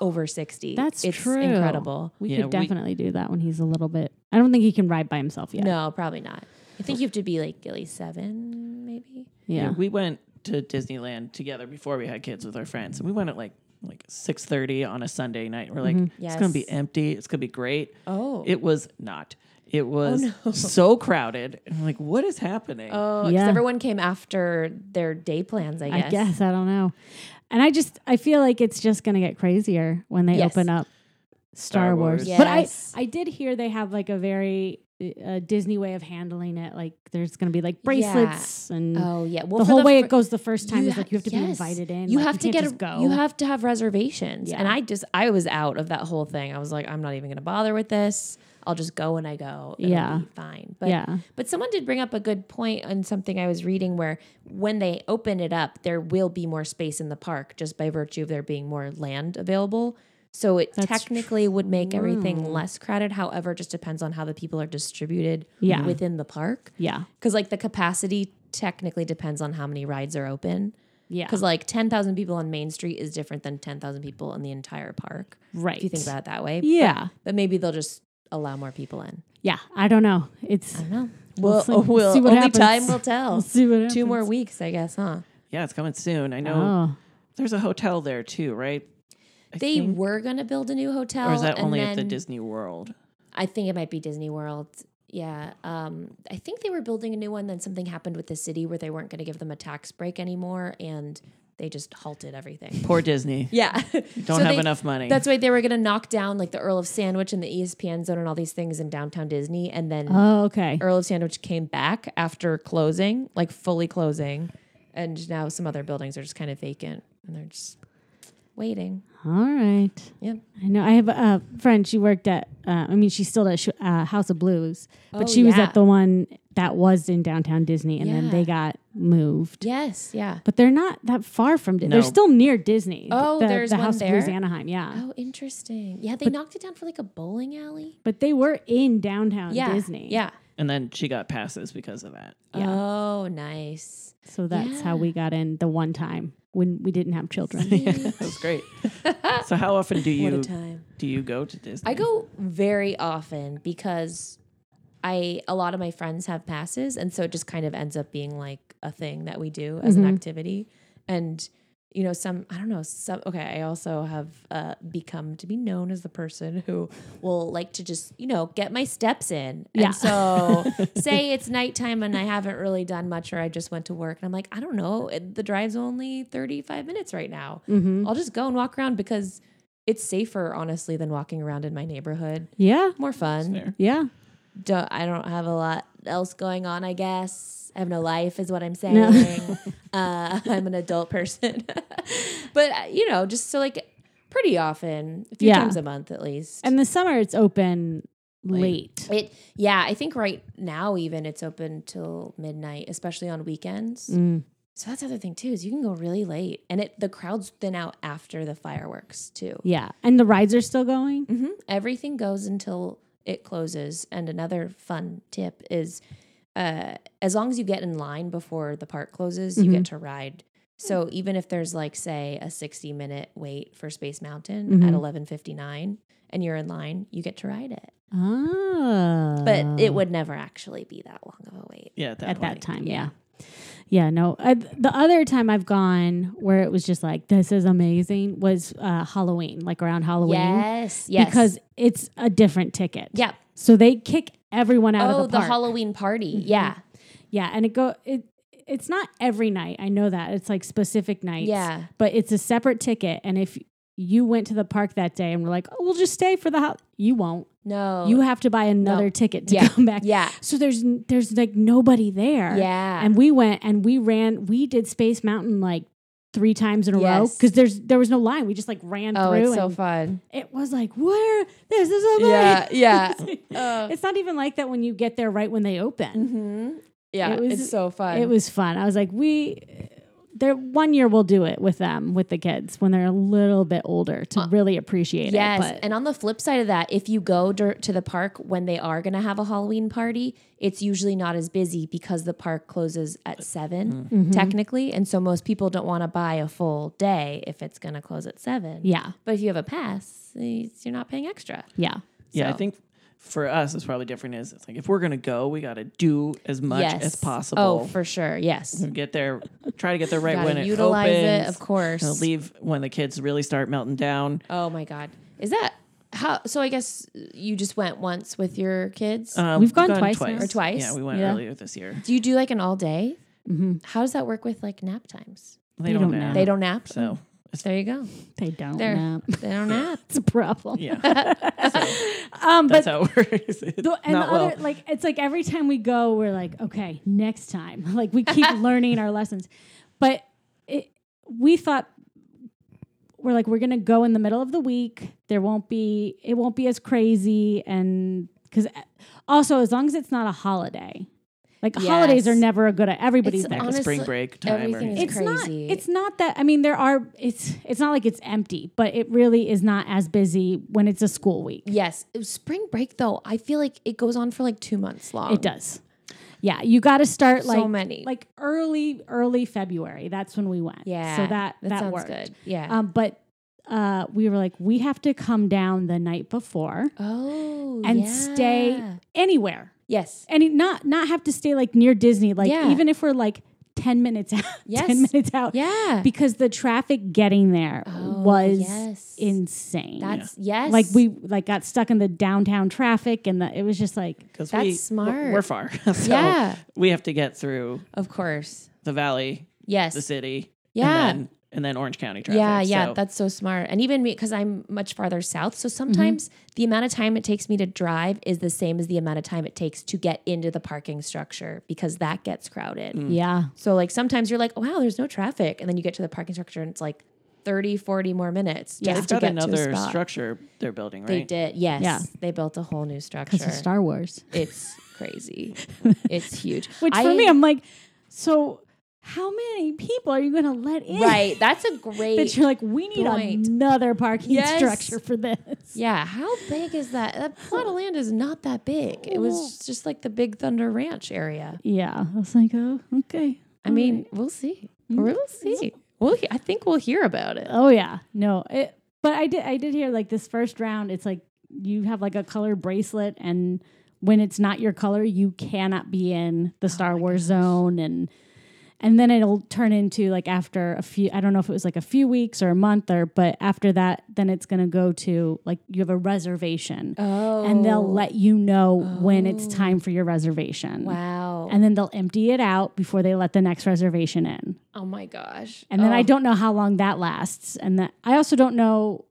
S3: over sixty.
S1: that's
S3: it's
S1: true.
S3: incredible.
S1: We
S2: Yeah,
S1: could
S2: we-
S1: definitely do that when he's a little bit. I don't think he can ride by himself yet.
S3: No, probably not. I think you have to be like at least seven, maybe.
S1: Yeah.
S2: Yeah, we went to Disneyland together before we had kids with our friends, and we went at like like six thirty on a Sunday night. We're like, it's gonna be
S3: Mm-hmm. Yes.
S2: empty. It's gonna be great.
S3: Oh,
S2: It was not. It was so crowded. And I'm like, what is happening?
S3: Oh, 'cause
S1: Yeah.
S3: everyone came after their day plans, I guess.
S1: I guess I don't know. And I just I feel like it's just gonna get crazier when they
S3: Yes.
S1: open up Star,
S2: Star
S1: Wars.
S2: Wars.
S1: But I
S3: Yes.
S1: I did hear they have like a very uh, Disney way of handling it. Like there's gonna be like bracelets and
S3: Oh yeah. Well,
S1: the
S3: for
S1: whole way
S3: fir-
S1: it goes the first time is
S3: ha-
S1: like you have to be
S3: yes.
S1: invited in.
S3: You
S1: Like,
S3: have to
S1: can't
S3: get
S1: just
S3: a-
S1: go.
S3: You have to have reservations. And
S1: Yeah.
S3: I just I was out of that whole thing. I was like, I'm not even gonna bother with this. I'll just go when I go. It'll
S1: Yeah.
S3: be fine. But
S1: yeah.
S3: but someone did bring up a good point on something I was reading where when they open it up, there will be more space in the park just by virtue of there being more land available. So it
S1: That's mm.
S3: technically would make everything
S1: true.
S3: less crowded. However, it just depends on how the people are distributed
S1: Yeah.
S3: within the park.
S1: Yeah.
S3: Because like the capacity technically depends on how many rides are open.
S1: Yeah.
S3: Because like ten thousand people on Main Street is different than ten thousand people in the entire park.
S1: right.
S3: If you think about it that way.
S1: Yeah.
S3: But maybe they'll just allow more people in.
S1: Yeah. I don't know. It's
S3: I don't know.
S1: We'll
S3: Well,
S1: see- we'll see what
S3: only
S1: happens.
S3: time will tell.
S1: we'll see what
S3: Two more
S1: happens.
S3: weeks, I guess, huh?
S2: yeah, it's coming soon. I know
S1: Oh.
S2: there's a hotel there too, right? I
S3: They
S2: think-
S3: were gonna build a new hotel.
S2: or is that
S3: and
S2: only at the
S3: then-
S2: Disney World?
S3: I think it might be Disney World. Yeah. Um, I think they were building a new one. Then something happened with the city where they weren't going to give them a tax break anymore, and they just halted everything.
S2: Poor Disney.
S3: Yeah.
S2: Don't have enough money.
S3: That's why they were going to knock down like the Earl of Sandwich and the E ESPN Zone and all these things in downtown Disney, and then
S1: Oh, okay.
S3: Earl of Sandwich came back after closing, like fully closing, and now some other buildings are just kind of vacant and they're just waiting.
S1: All right.
S3: Yeah.
S1: I know. I have a friend. She worked at. Uh, I mean, she still does sh- uh, House of Blues, but
S3: Oh,
S1: she was
S3: yeah.
S1: at the one that was in downtown Disney, and then
S3: Yeah.
S1: they got moved.
S3: Yes. Yeah.
S1: But they're not that far from. Di- They're
S2: No.
S1: still near Disney.
S3: Oh,
S1: the,
S3: there's
S1: the
S3: one
S1: House of Blues
S3: there?
S1: Anaheim. Yeah,
S3: Oh, interesting. Yeah, they knocked it down for like a bowling alley.
S1: but they were in downtown
S3: yeah,
S1: Disney.
S3: Yeah.
S2: And then she got passes because of that.
S1: Yeah.
S3: Oh, nice.
S1: So that's how
S3: Yeah.
S1: we got in the one time when we didn't have children.
S2: that was great. so how often do
S3: What
S2: you
S3: a time.
S2: do you go to Disney?
S3: I go very often because I a lot of my friends have passes, and so it just kind of ends up being like a thing that we do as an activity. And you know, some I don't know some. Okay, I also have uh, become to be known as the person who will like to just you know get my steps in.
S1: Yeah.
S3: And so say it's nighttime and I haven't really done much, or I just went to work, and I'm like, I don't know, it- the drive's only 35 minutes right now.
S1: Mm-hmm.
S3: I'll just go and walk around because it's safer, honestly, than walking around in my neighborhood.
S1: Yeah.
S3: More
S2: It's
S3: fun.
S2: there.
S1: Yeah.
S3: Don't, I don't have a lot else going on, I guess. I have no life, is what I'm saying. uh, I'm an adult person. but, uh, you know, just so like pretty often, a few
S1: Yeah.
S3: times a month at least.
S1: And the summer it's open
S2: Late.
S1: late.
S3: it, yeah, I think right now, even it's open till midnight, especially on weekends.
S1: Mm.
S3: So that's the other thing, too, is you can go really late. And it the crowds thin out after the fireworks, too.
S1: Yeah. And the rides are still going.
S3: hmm Everything goes until it closes. And another fun tip is uh, as long as you get in line before the park closes, you
S1: Mm-hmm.
S3: get to ride. So even if there's like say a 60 minute wait for Space Mountain at
S1: Mhm.
S3: 11:59 and you're in line, you get to ride it.
S1: Ah.
S3: Mm-hmm. But it would never actually be that long of a wait.
S2: Yeah, at that
S1: at that
S2: point.
S1: time. Yeah. Yeah, no. I, the other time I've gone where it was just like this is amazing was uh, Halloween, like around Halloween,
S3: Yes, yes.
S1: because it's a different ticket.
S3: yeah.
S1: So they kick everyone out
S3: Oh,
S1: of
S3: the,
S1: the park. Mm-hmm.
S3: Halloween party. Yeah.
S1: yeah, and it go it it's not every night. I know that. It's like specific nights.
S3: Yeah.
S1: But it's a separate ticket and if you went to the park that day and were like, "Oh, we'll just stay for the ho-. You won't.
S3: No.
S1: You have to buy another ticket to
S3: Yeah.
S1: come back.
S3: Yeah.
S1: So there's n- there's like nobody there.
S3: Yeah.
S1: And we went and we ran. We did Space Mountain like three times in a row
S3: Yes.
S1: because there's there was no line. We just like ran
S3: oh,
S1: through.
S3: it's so
S1: and
S3: fun.
S1: It was like where this is amazing.
S3: Yeah, yeah. Oh.
S1: it's not even like that when you get there right when they open.
S3: Mm-hmm. Yeah,
S1: It was-
S3: it's so fun.
S1: It was fun. I was like we. There, one year we'll do it with them, with the kids when they're a little bit older to really appreciate
S3: yes.
S1: it. But
S3: and on the flip side of that, if you go dur- to the park when they are going to have a Halloween party, it's usually not as busy because the park closes at 7
S2: Mm-hmm.
S3: technically, and so most people don't want to buy a full day if it's going to close at seven.
S1: yeah,
S3: But if you have a pass, eh, you're not paying extra.
S1: yeah,
S2: Yeah, I
S3: So-
S2: think for us, it's probably different. Is it's like if we're gonna go, we gotta do as much
S3: yes.
S2: as
S3: Oh,
S2: possible.
S3: for sure. Yes.
S2: get there, try to get there right
S3: Gotta
S2: when it
S3: utilize
S2: opens.
S3: it, of course.
S2: you know, leave when the kids really start melting down.
S3: Oh my God, is that how? So I guess you just went once with your kids.
S2: Um,
S1: We've gone twice now.
S3: Or twice?
S2: Yeah, we went
S1: Yeah.
S2: earlier this year.
S3: Do you do like an all day?
S1: Mm-hmm.
S3: How does that work with like nap times?
S2: They,
S1: You
S2: don't,
S1: don't
S2: know.
S1: know.
S3: They don't nap.
S2: So
S3: there you go.
S1: they don't.
S3: There.
S1: know.
S3: They don't nap.
S1: It's a problem.
S2: yeah,
S1: Um, but
S2: that's how it works. It's
S1: The, and
S2: not
S1: the
S2: well.
S1: other, like, it's like every time we go, we're like, okay, next time. Like, we keep learning our lessons. But it, we thought, we're like, we're going to go in the middle of the week. There won't be, it won't be as crazy. And because also, as long as it's not a holiday, like, holidays
S3: Yes.
S1: are never a good, everybody's
S3: It's
S1: there.
S2: Like a spring
S3: honestly,
S2: break time. Or,
S3: everything is-
S1: it's not
S3: crazy.
S1: it's not that i mean there are it's it's not like it's empty but it really is not as busy when it's a school week
S3: Yes. Spring break though, I feel like it goes on for like two months long.
S1: It does. Yeah, you got to start
S3: Um, So
S1: like
S3: many.
S1: like early early February. That's when we went.
S3: Yeah.
S1: so that that,
S3: sounds
S1: worked.
S3: good. Yeah.
S1: Um, but uh, we were like, we have to come down the night before
S3: oh.
S1: and
S3: yeah.
S1: stay anywhere,
S3: Yes.
S1: and not not have to stay like near Disney. Like
S3: Yeah.
S1: even if we're like ten minutes out,
S3: Yes.
S1: ten minutes out,
S3: Yeah.
S1: because the traffic getting there
S3: Oh,
S1: was
S3: yes.
S1: insane.
S3: That's yes.
S1: like we like got stuck in the downtown traffic, and the, it was just like
S2: 'cause
S3: That's
S2: we,
S3: smart.
S2: We're far, so
S3: Yeah.
S2: we have to get through
S3: Of course.
S2: the valley,
S3: Yes.
S2: the city,
S3: Yeah.
S2: and then, and then Orange County traffic.
S3: Yeah, yeah,
S2: so-
S3: that's so smart. And even because I'm much farther south,
S1: Mm-hmm.
S3: so sometimes the amount of time it takes me to drive is the same as the amount of time it takes to get into the parking structure because that gets crowded.
S1: yeah,
S3: So like sometimes you're like, "Oh, wow, there's no traffic, and then you get to the parking structure and it's like 30, 40 more minutes
S1: Yeah.
S3: just
S2: They've got
S3: to get to
S2: another
S3: a spot.
S2: structure they're building, right?
S3: They did, yes.
S1: Yeah.
S3: They built a whole new structure.
S1: because of Star Wars.
S3: it's crazy. it's huge.
S1: Which for
S3: I-
S1: me, I'm like, so how many people are you going to let in?
S3: right. That's a great.
S1: That "Eh." you're like, we need
S3: Point.
S1: another parking
S3: Yes.
S1: structure for this.
S3: Yeah, how big is that? That plot of land is not that big. It was just like the Big Thunder Ranch area.
S1: Yeah. I was like, oh, okay.
S3: I mean, we'll see.
S1: Mm-hmm.
S3: We'll see. We'll. he- I think we'll hear about it.
S1: Oh yeah. No. It, but I did I did hear like this first round, it's like you have like a color bracelet and when it's not your color, you cannot be in
S3: Oh
S1: the Star Wars zone and and then it'll turn into like after a few I don't know if it was like a few weeks or a month or but after that then it's going to go to like you have a reservation.
S3: Oh,
S1: And they'll let you know when it's time for your reservation.
S3: Wow.
S1: And then they'll empty it out before they let the next reservation in.
S3: oh my gosh.
S1: And then I
S3: Oh,
S1: don't know how long that lasts. And that I also don't know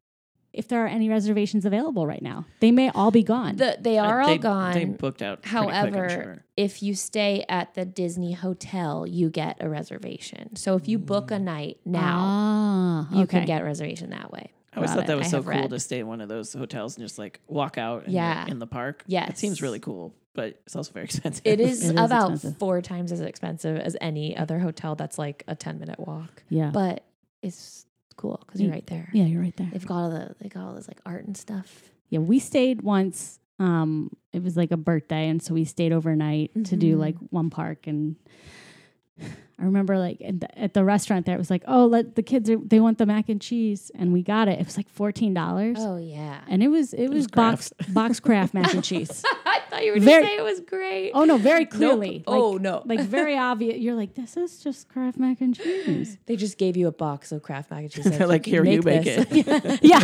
S1: if there are any reservations available right now. They may all be gone.
S3: The, they
S2: Uh,
S3: are all
S2: they,
S3: gone.
S2: They booked out. pretty quick, I'm
S3: However,
S2: sure.
S3: if you stay at the Disney hotel, you get a reservation. So if you book
S2: Mm.
S3: a night now,
S1: ah,
S3: you
S1: okay.
S3: can get a reservation that way.
S2: I always
S1: got
S2: thought
S1: it.
S2: that was
S3: I
S2: so
S3: have
S2: cool
S3: read.
S2: to stay in one of those hotels and just like walk out and
S3: Yeah.
S2: yeah. in the park. it seems
S3: Yes.
S2: really cool, but it's also very expensive.
S3: It is,
S1: It is
S3: about
S1: expensive.
S3: four times as expensive as any other hotel that's like a 10 minute walk,
S1: yeah,
S3: but it's cool because you're
S1: Yeah.
S3: right there.
S1: yeah, you're right there.
S3: They've got all the they got all this like art and stuff.
S1: Yeah, we stayed once. Um, it was like a birthday, and so we stayed overnight to do
S3: Mhm.
S1: like one park. And I remember like at the, at the restaurant there, it was like, oh, let the kids are, they want the mac and cheese, and we got it. It was like fourteen dollars,
S3: Oh yeah,
S1: and it was it, was,
S2: was
S1: box box craft mac and cheese.
S3: I thought you were
S1: Very-
S3: gonna say it was great.
S1: Oh no, very clearly. Like,
S3: oh no,
S1: like very obvious. You're like, this is just craft mac and cheese.
S3: they just gave you a box of Kraft mac and cheese.
S2: They're like, here, you make
S3: this."
S2: it.
S1: yeah,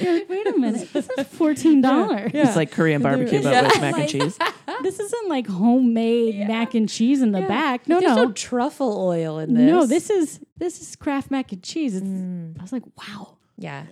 S1: you're like, wait a minute, this is fourteen dollars.
S2: It's like Korean barbecue, but
S3: Yeah.
S2: with mac and cheese.
S1: This isn't like homemade mac and cheese in the back. No,
S3: There's
S1: no,
S3: no truffle oil in this. Mm.
S1: No, this is this is Kraft mac and cheese. It's, I was like, wow.
S3: Yeah.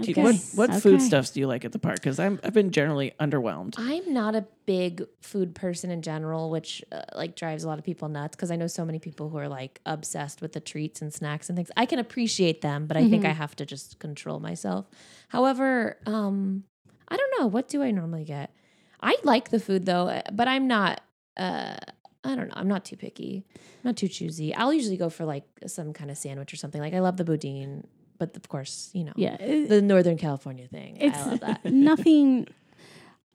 S2: Keith,
S1: Okay.
S2: What what food
S1: Okay.
S2: stuffs do you like at the park? Because I'm I've been generally underwhelmed.
S3: I'm not a big food person in general, which uh, like drives a lot of people nuts because I know so many people who are like obsessed with the treats and snacks and things. I can appreciate them, but I think
S1: Mm-hmm.
S3: I have to just control myself. However, um, I don't know what do I normally get. I like the food though, uh, but I'm not. Uh, I don't know. I'm not too picky. I'm not too choosy. I'll usually go for like some kind of sandwich or something. Like I love the boudin, but of course, you know,
S1: Yeah, it-
S3: the Northern California thing. I
S1: It's-
S3: love that.
S1: nothing.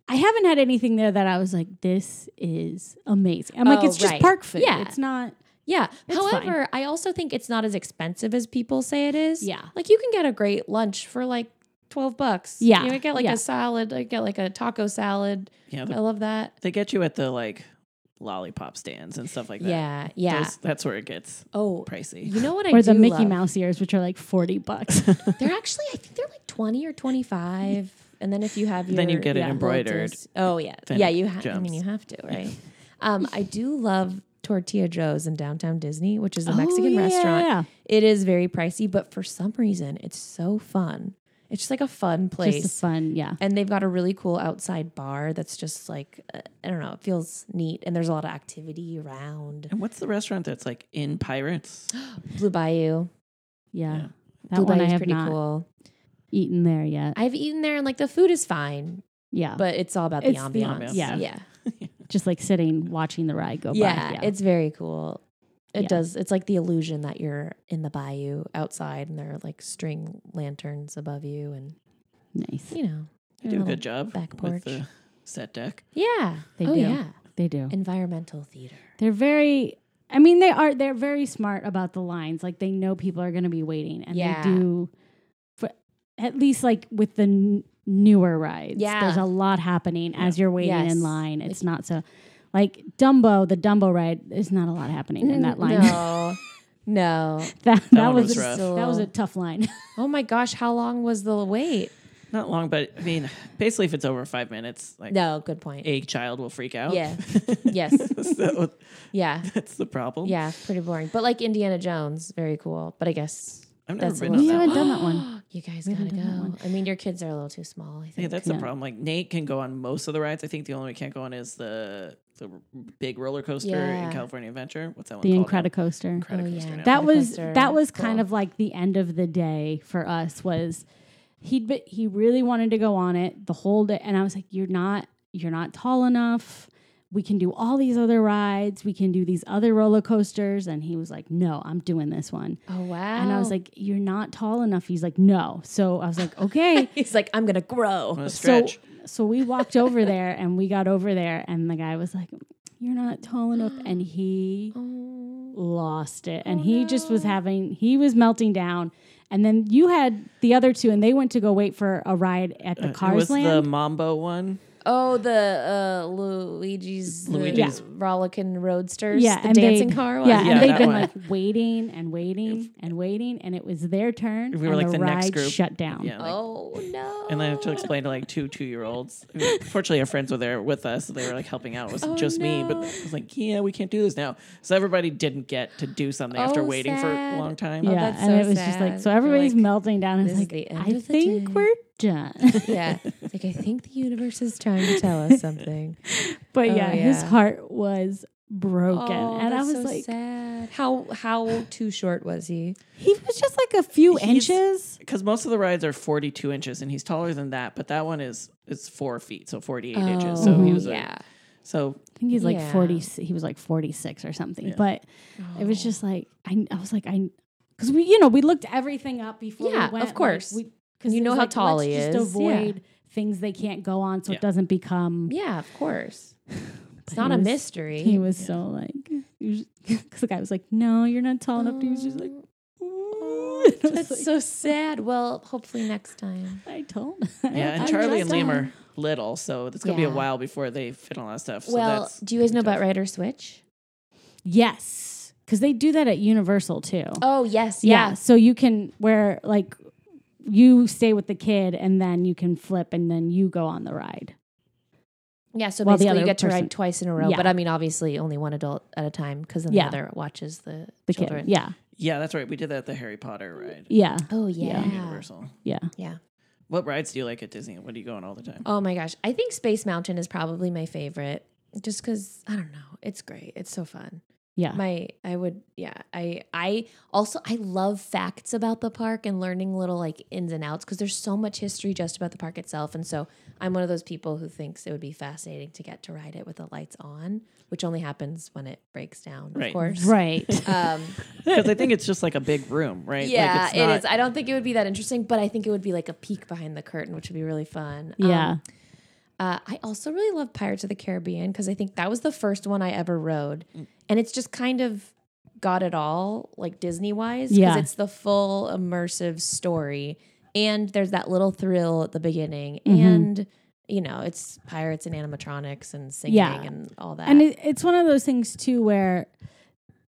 S1: I haven't had anything there that I was like, this is amazing. I'm like,
S3: Oh,
S1: it's just
S3: right.
S1: park food.
S3: Yeah.
S1: it's not.
S3: Yeah.
S1: It's fine.
S3: However, I also think it's not as expensive as people say it is.
S1: Yeah.
S3: Like you can get a great lunch for like twelve bucks.
S1: Yeah.
S3: You know, get like
S1: Yeah.
S3: a salad. I get like a taco salad.
S2: Yeah,
S3: I
S2: the,
S3: love that.
S2: they get you at the like lollipop stands and stuff like that.
S3: Yeah. Yeah.
S2: Those- that's where it gets
S3: oh,
S2: pricey.
S3: you know what I
S1: Or the
S3: do
S1: Mickey
S3: love?
S1: Mouse ears, which are like forty bucks.
S3: They're actually I think they're like twenty or twenty five. And then if you have your
S2: Then you get it embroidered.
S3: Voltas- Oh yeah.
S2: Then
S3: yeah,
S2: it
S3: you have I
S2: jumps.
S3: mean you have to, right? um, I do love Tortilla Joe's in downtown Disney, which is a Mexican
S1: Oh, yeah,
S3: restaurant.
S1: yeah.
S3: It is very pricey, but for some reason, it's so fun. It's just like a fun place.
S1: Just a fun, yeah.
S3: and they've got a really cool outside bar that's just like, uh, I don't know, it feels neat. And there's a lot of activity around
S2: And what's the restaurant that's like in Pirates?
S3: Blue Bayou.
S1: yeah,
S2: Yeah.
S1: That
S3: Blue
S1: one I
S3: Bayou's
S1: have
S3: pretty
S1: not
S3: cool.
S1: eaten there yet.
S3: I've eaten there and like the food is fine,
S1: yeah,
S3: but Oh. it's all about
S1: It's
S3: the
S1: the
S3: ambiance.
S2: ambiance,
S3: Yeah.
S1: yeah.
S3: Yeah.
S1: just like sitting watching the ride go
S3: Yeah.
S1: by.
S3: It's very cool. It
S1: Yeah.
S3: does. It's like the illusion that you're in the bayou outside and there are like string lanterns above you and,
S1: nice.
S3: you know,
S2: They do a
S3: your little
S2: good job
S3: Oh, back
S2: with
S3: porch.
S2: the set deck.
S3: Yeah.
S1: They
S3: oh,
S1: do.
S3: yeah.
S1: They do.
S3: Environmental theater.
S1: They're very. I mean, they are. They're very smart about the lines. Like they know people are going to be waiting, and
S3: Yeah.
S1: they do. For at least like with the n- newer rides,
S3: Yeah.
S1: there's a lot happening as you're waiting
S3: Yes.
S1: in line. It's not so. Like Dumbo, the Dumbo ride, there's not a lot happening in that line.
S3: Mm, No. no.
S1: that that,
S2: one
S1: was,
S2: was
S1: a-
S2: rough.
S1: that was a tough line.
S3: Oh my gosh, how long was the wait?
S2: Not long, but I mean, basically, if it's over five minutes, like
S3: No, good point.
S2: a child will freak out.
S3: Yeah. yes.
S2: so
S3: Yeah.
S2: that's the problem.
S3: Yeah. Pretty boring. But like Indiana Jones, very cool. But I guess
S2: I've never
S3: That's
S2: been
S3: a
S2: on
S1: we
S3: little-
S2: that one.
S1: haven't done that one.
S3: you guys
S1: We
S3: gotta
S1: haven't done that
S3: go.
S1: one.
S3: I mean, your kids are a little too small. I
S2: Yeah,
S3: think.
S2: that's the
S1: Yeah.
S2: problem. Like Nate can go on most of the rides. I think the only one we can't go on is the the r- big roller coaster
S3: Yeah.
S2: in California Adventure. What's that one?
S1: The
S2: called?
S1: Incredicoaster.
S2: Incredicoaster
S3: Oh, yeah.
S2: now.
S1: that was
S3: Coaster.
S1: that was
S3: Cool.
S1: kind of like the end of the day for us was he'd be, he really wanted to go on it the whole day and I was like you're not you're not tall enough we can do all these other rides we can do these other roller coasters and he was like no I'm doing this one
S3: Oh wow.
S1: and I was like you're not tall enough he's like no so I was like okay
S3: he's like, I'm gonna grow.
S2: Wanna
S1: so
S2: stretch.
S1: so we walked over there and we got over there and the guy was like you're not tall enough and he
S3: Oh.
S1: lost it and he just was having he was melting down and then you had the other two and they went to go wait for a ride at the
S2: Uh, it was
S1: cars
S2: the
S1: land
S2: Mambo one.
S3: Oh, the uh, Luigi's,
S2: Luigi's.
S3: the Rollickin' Roadsters.
S1: yeah
S3: the
S1: and
S3: dancing
S1: they'd-
S3: car.
S1: yeah,
S3: one.
S2: Yeah,
S1: and they'd
S2: that
S1: been
S2: one.
S1: like waiting and waiting and waiting and it was their turn
S2: We were
S1: and
S2: like
S1: the,
S2: the
S1: ride
S2: next group.
S1: shut down
S2: Yeah. like-
S3: Oh no.
S2: And I have to explain to like two two year olds. Fortunately, our friends were there with us. So they were like helping out. It wasn't
S3: Oh,
S2: just me, but
S3: no.
S2: it was like, yeah, we can't do this now. So everybody didn't get to do something after
S3: Oh,
S2: waiting for
S3: sad.
S2: a long time.
S1: yeah
S3: Oh, that's
S1: and
S3: so
S1: it was just
S3: sad.
S1: like so
S3: You're
S1: everybody's
S3: like,
S1: melting down and
S3: "This
S1: it's
S3: is
S1: like
S3: the end
S1: i
S3: of the
S1: think
S3: day."
S1: we're done.
S3: yeah. It's like I think the universe is trying to tell us something.
S1: But
S3: Oh,
S1: yeah, his
S3: yeah. Oh,
S1: heart was broken. and I was
S3: so
S1: like,
S3: sad. How how too short was he?
S1: he was just like a few
S2: He's-
S1: inches.
S2: because most of the rides are 42 inches and he's taller than that but that one is is four feet so 48 inches so he
S1: Oh,
S2: was yeah
S3: Um, yeah.
S2: a, so
S1: I think he's like
S3: Yeah.
S1: 40. He was like 46 or something.
S2: Yeah.
S1: But it was just like, I, I was like, I, because we, you know, we looked everything up before.
S3: Yeah,
S1: we went.
S3: of course.
S1: Like, we, 'cause
S3: You
S1: it
S3: know
S1: was
S3: how
S1: like,
S3: tall
S1: let's
S3: he
S1: just
S3: is. Yeah.
S1: Avoid things they can't go on, so
S2: Yeah.
S1: it doesn't become.
S3: yeah, of course. It's
S1: But
S3: not
S1: he
S3: a
S1: was-
S3: mystery.
S1: He was so like, because the guy was like, "No, you're not tall enough." to He was just like,
S3: Oh,
S1: "Ooh." And I was
S3: that's
S1: like,
S3: so sad. Well, hopefully next time.
S1: I told. him.
S2: yeah and
S1: I
S2: charlie and
S1: just
S2: liam
S1: told him.
S2: are little so it's gonna be
S3: Yeah.
S2: a while before they fit on a lot of stuff so
S3: well,
S2: that's
S3: do you guys know about Rider Switch?
S1: Yes, because they do that at Universal too.
S3: Oh yes,
S1: yeah.
S3: yes.
S1: So you can where like you stay with the kid and then you can flip and then you go on the ride.
S3: Yeah, so
S1: Well, the
S3: basically you
S1: other
S3: get to
S1: person-
S3: ride twice in a row.
S1: Yeah.
S3: But I mean, obviously only one adult at a time because then
S1: Yeah.
S3: the other watches the,
S1: The
S3: children.
S1: kid. Yeah.
S2: yeah that's right we did that at the harry potter ride
S1: Yeah.
S3: Oh
S1: Yeah.
S3: yeah.
S2: at
S3: yeah.
S2: universal
S3: Yeah.
S2: what rides do you like at disney what do you go on all the time
S3: Oh my gosh. I think Space Mountain is probably my favorite just because I don't know. It's great. It's so fun.
S1: Yeah.
S3: My I would yeah. I I also I love facts about the park and learning little like ins and outs because there's so much history just about the park itself. And so I'm one of those people who thinks it would be fascinating to get to ride it with the lights on, which only happens when it breaks down,
S2: Right.
S3: of course.
S1: right.
S3: Um
S2: because i think it's just like a big room right
S3: Yeah,
S2: like it's
S3: it is. I don't think it would be that interesting, but I think it would be like a peek behind the curtain, which would be really fun. Um,
S1: yeah.
S3: uh, I also really love Pirates of the Caribbean because I think that was the first one I ever rode, and it's just kind of got it all like Disney wise because
S1: Yeah.
S3: it's the full immersive story, and there's that little thrill at the beginning,
S1: Mhm.
S3: and you know it's pirates and animatronics and singing
S1: Yeah.
S3: and all that.
S1: And it, it's one of those things too where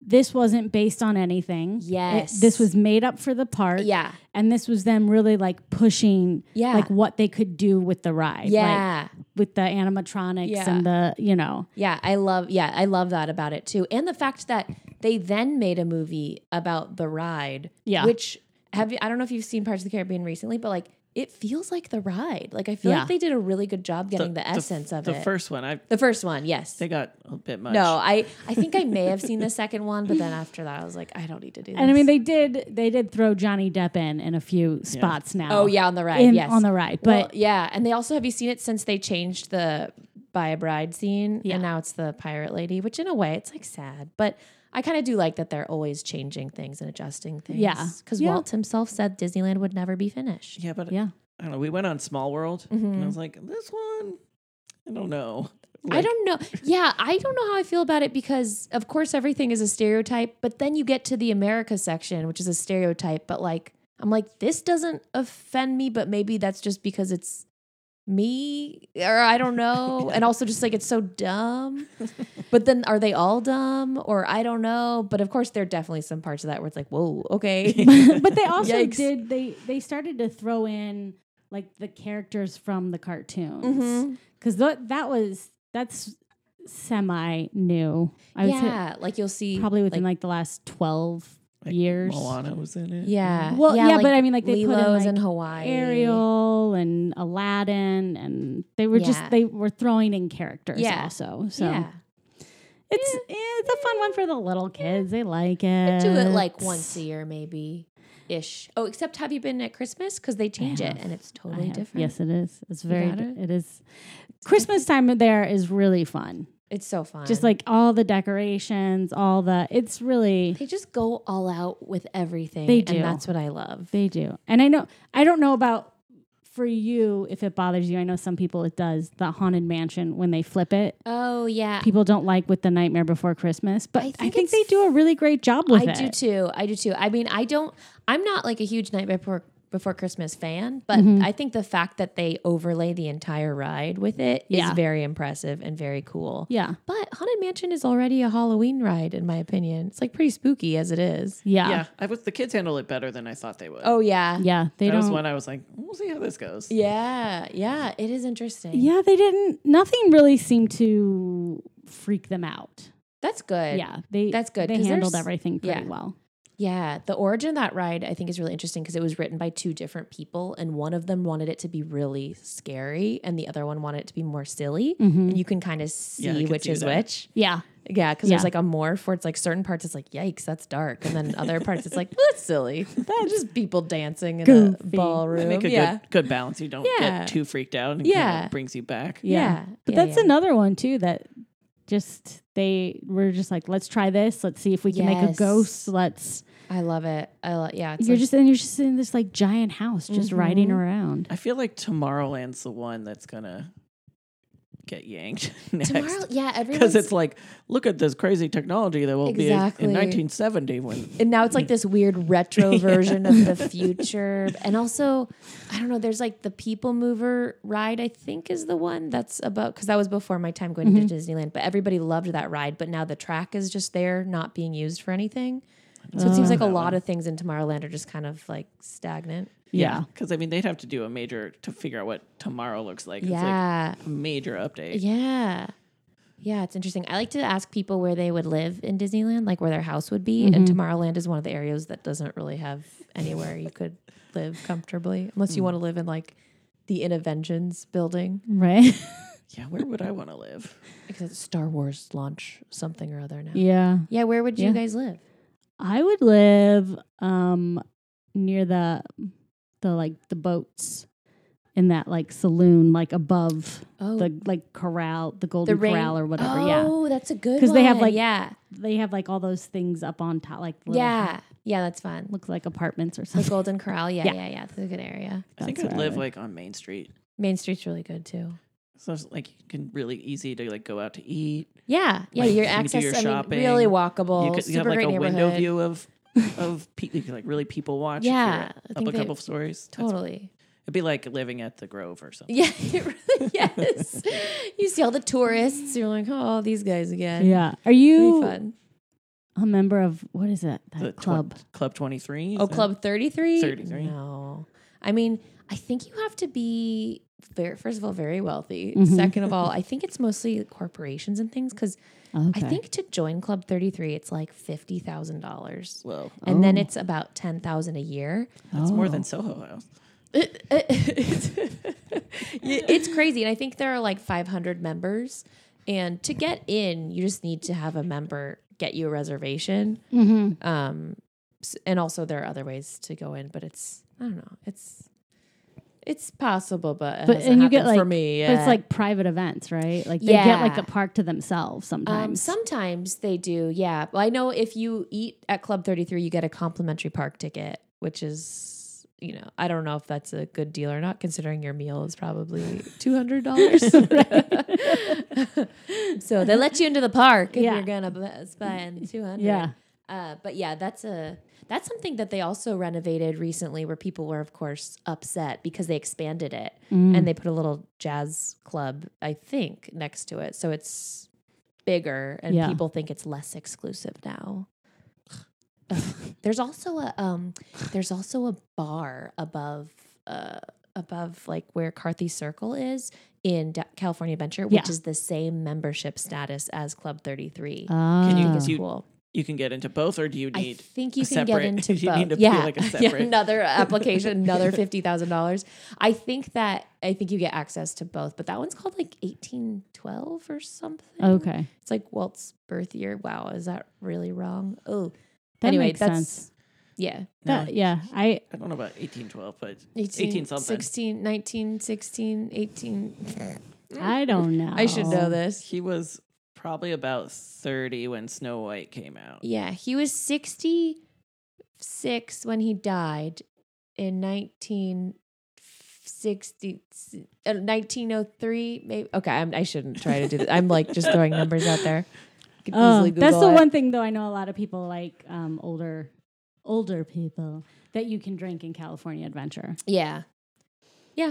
S1: this wasn't based on anything. It-
S3: Yes.
S1: this was made up for the park.
S3: yeah,
S1: And this was them really like pushing
S3: yeah,
S1: like what they could do with the ride. Like
S3: yeah.
S1: with the animatronics
S3: Yeah.
S1: and the, you know.
S3: Yeah, I love yeah, I love that about it too. And the fact that they then made a movie about the ride.
S1: Yeah.
S3: Which have you I don't know if you've seen Parts of the Caribbean recently, but like it feels like the ride. Like I feel
S1: Yeah.
S3: like they did a really good job getting the,
S2: f-
S3: essence of
S2: the
S3: it.
S2: first one i
S3: the first one, yes.
S2: they got a bit much
S3: no, I I think I may have seen the second one, but then after that I was like, I don't need to do this.
S1: And I mean they did they did throw Johnny Depp in in a few spots now.
S3: Oh yeah, on the ride,
S1: in,
S3: yes.
S1: on the ride.
S3: Well,
S1: But
S3: yeah, and they also have you seen it since they changed the buy a bride scene,
S1: Yeah.
S3: and now it's the pirate lady, which in a way it's like sad, but I kind of do like that they're always changing things and adjusting things.
S1: Yeah.
S3: because
S1: Yeah.
S3: Walt himself said Disneyland would never be finished.
S2: yeah but
S1: yeah,
S2: i don't know we went on small world and i was like this one i don't know
S3: Mm-hmm. I
S2: Like,
S3: don't know. Yeah, I don't know how I feel about it because, of course, everything is a stereotype. But then you get to the America section, which is a stereotype. But like, I'm like, this doesn't offend me, but maybe that's just because it's me, or I don't know. and also, just like it's so dumb. but then, are they all dumb, or I don't know? But of course, there are definitely some parts of that where it's like, whoa, okay,
S1: but they also
S3: Yikes.
S1: did they they started to throw in like the characters from the cartoons
S3: Mhm.
S1: because that was that's semi new. I would say
S3: yeah, like you'll see
S1: probably within
S3: like,
S1: like, the last twelve
S2: like,
S1: years.
S2: moana was in it
S3: yeah,
S1: Well, yeah, but I mean, like, they put in,
S3: Lilo's
S1: like,
S3: in Hawaii,
S1: Ariel and Aladdin, and they were
S3: Yeah.
S1: just they were throwing in characters
S3: Yeah.
S1: also. So
S3: yeah.
S1: it's yeah, it's a fun one for the little kids. They like
S3: I
S1: it.
S3: do it like once a year, maybe ish. Oh, except have you been at Christmas? Because they change it and it's
S1: I
S3: totally
S1: have-
S3: different.
S1: Yes, it is. It's very.
S3: got
S1: di-
S3: it?
S1: it is. Christmas time there is really fun.
S3: it's so fun.
S1: Just like all the decorations, all the it's really
S3: they just go all out with everything.
S1: They do.
S3: and that's what I love.
S1: they do. And I know I don't know about for you if it bothers you. I know some people it does. The haunted mansion when they flip it,
S3: oh yeah,
S1: people don't like with the Nightmare Before Christmas, but I
S3: I
S1: think,
S3: think it's
S1: they do a really great job with
S3: I
S1: it.
S3: do too. I do too. I mean, I don't. I'm not like a huge Nightmare Before, Before Christmas fan, but
S1: Mm-hmm.
S3: I think the fact that they overlay the entire ride with it is
S1: Yeah.
S3: very impressive and very cool.
S1: Yeah,
S3: But Haunted Mansion is already a Halloween ride, in my opinion. It's like pretty spooky as it is.
S1: yeah,
S2: yeah
S1: yeah.
S2: i was the kids handle it better than i thought they would
S3: Oh yeah,
S1: they
S2: that was
S1: don't.
S2: when I was like, we'll see how this goes.
S3: Yeah, yeah, it is interesting.
S1: Yeah, they didn't. Nothing really seemed to freak them out.
S3: That's good.
S1: Yeah, they
S3: That's good,
S1: They
S3: 'cause
S1: handled
S3: there's-
S1: everything pretty
S3: yeah.
S1: well.
S3: Yeah, the origin of that ride I think is really interesting because it was written by two different people, and one of them wanted it to be really scary, and the other one wanted it to be more silly.
S1: Mm-hmm.
S3: And you can kind of see
S2: I can
S3: which
S2: see
S3: is
S2: that.
S3: which.
S1: Yeah.
S3: Yeah, because
S1: Yeah.
S3: there's like a morph where it's like certain parts it's like yikes, that's dark, and then other parts it's like that's silly. That's just people dancing in a
S1: Goofy.
S2: They
S3: ballroom.
S2: make a
S3: yeah.
S2: good good balance. You don't
S3: Yeah.
S2: get too freaked out. And Kind
S3: Yeah.
S2: of brings you back.
S1: Yeah.
S3: Yeah.
S1: But
S3: Yeah,
S1: that's
S3: yeah.
S1: another one too that just they were just like, let's try this. Let's see if we can make a
S3: Yes.
S1: ghost. Let's
S3: I love it. I love. Yeah, it's
S1: you're
S3: like-
S1: just and you're just in this like giant house just riding around.
S2: I feel like Tomorrowland's the one that's gonna get yanked next.
S3: tomorrow. Yeah,
S2: because
S3: everyone's
S2: it's like, look at this crazy technology that will be
S3: Exactly.
S2: in 1970 when
S3: and now
S2: Mm.
S3: it's like this weird retro version of the future. And also, I don't know, there's like the People Mover ride, I think is the one that's about because that was before my time going
S2: Mm-hmm.
S3: to Disneyland, but everybody loved that ride. But now the track is just there, not being used for anything. So it seems
S2: Oh.
S3: like a lot of things in Tomorrowland are just kind of like stagnant.
S1: Yeah.
S2: Because I mean, they'd have to do a major to figure out what tomorrow looks like.
S3: Yeah.
S2: It's like a major update.
S3: Yeah. Yeah, it's interesting. I like to ask people where they would live in Disneyland, like where their house would be.
S1: Mm-hmm.
S3: And Tomorrowland is one of the areas that doesn't really have anywhere you could live comfortably, unless
S1: Mm.
S3: you want to live in like the Interventions building
S1: Right.
S2: Yeah, where would I want to live?
S3: because it's Star Wars launch something or other now. Yeah,
S1: yeah.
S3: where would you
S1: Yeah.
S3: guys live?
S1: I would live um near the the like the boats in that like saloon like above
S3: Oh,
S1: the like corral the golden
S3: ring-
S1: corral or whatever yeah
S3: Oh, that's a good
S1: 'Cause
S3: because
S1: they have, like,
S3: yeah,
S1: they have like all those things up on top like little,
S3: yeah, yeah. That's fun.
S1: looks like apartments or
S3: The
S1: something
S3: Golden Corral. Yeah,
S1: Yeah.
S3: yeah, yeah. That's a good area.
S2: I think
S1: That's
S2: I'd
S1: where I
S2: live
S1: would.
S2: like on Main Street.
S3: Main Street's really good too.
S2: So it's like you can really easy to like go out to eat.
S3: Yeah, yeah.
S2: Like,
S3: your
S2: you can do
S3: access,
S2: your
S3: I
S2: shopping.
S3: mean, really walkable.
S2: you could you
S3: super
S2: have like
S3: great
S2: a window
S3: neighborhood.
S2: view of of pe- you can, like really people watch. if you're
S3: Yeah, I
S2: up
S3: think
S2: a
S3: they-
S2: couple stories. That's-
S3: Totally.
S2: it'd be like living at the Grove or something.
S3: Yeah, it really, yes. you see all the tourists. You're like, oh, these guys again.
S1: yeah are
S3: It'll be
S1: you
S3: fun.
S1: a member of what is that that
S2: The tw-
S1: club
S2: Club Twenty Three.
S3: Oh, Club 33?
S2: 33.
S3: No. I mean, I think you have to be, very, first of all, very wealthy.
S2: Mm-hmm.
S1: Mhm.
S3: Second of all, I think it's mostly corporations and things because
S1: Oh, okay.
S3: I think to join Club 33, it's like $50,000.
S2: Well,
S3: And then
S1: Oh.
S3: it's about 10000 a year.
S2: that's more than
S1: Oh.
S2: Soho House.
S3: It- it- it's- it's crazy. And I think there are like 500 members. And to get in, you just need to have a member get you a reservation.
S1: Mhm.
S3: Um, s- and also there are other ways to go in, but it's, I don't know, it's, it's possible, but it
S1: But-
S3: hasn't
S1: and you get,
S3: happened for
S1: like-
S3: me.
S1: but it's
S3: yet.
S1: like private events right like they get like
S3: Yeah.
S1: the park to themselves
S3: um,
S1: sometimes
S3: sometimes they do. Yeah. Well, I know if you eat at Club 33, you get a complimentary park ticket, which is, you know, I don't know if that's a good deal or not, considering your meal is probably $200. so they let you into the park and
S1: Yeah.
S3: you're going to spend 200
S1: yeah
S3: uh, but yeah, that's a that's something that they also renovated recently, where people were, of course, upset because they expanded it
S1: Mm.
S3: and they put a little jazz club, I think, next to it, so it's bigger and
S1: Yeah.
S3: people think it's less exclusive now. Ugh. there's also a um, there's also a bar above uh above like where Carthy Circle is in Da- California Adventure, which
S1: Yeah.
S3: is the same membership status as Club Thirty Three.
S1: can
S2: you-
S3: I think is
S2: you-
S3: cool.
S2: You can get into both, or do you
S3: I
S2: need?
S3: think you
S2: a
S3: can
S2: separate-
S3: get into
S2: you
S3: both.
S2: need to feel
S3: yeah.
S2: like a
S3: Yeah,
S2: separate-
S3: another application, another fifty thousand dollars. I think that I think you get access to both, but that one's called like eighteen twelve or something.
S1: okay
S3: it's like Walt's birth year. Wow, is that really wrong? Oh,
S1: That
S3: anyway,
S1: makes
S3: that's
S1: sense.
S3: yeah,
S2: No,
S1: That- yeah i
S2: I don't know about 1812, but
S3: 18,
S2: 18 something.
S3: 16, 19, 16, 18.
S1: I don't know.
S3: I should know this.
S2: he was probably about 30 when Snow White came out.
S3: Yeah, he was 66 when he died in 1960, uh, 1903. Maybe. Okay, I'm, I shouldn't try to do this. I'm like just throwing numbers out there. Could
S1: Oh,
S3: easily
S1: that's
S3: Google
S1: the
S3: it.
S1: one thing though. I know a lot of people like um, older, older people that you can drink in California Adventure.
S3: Yeah.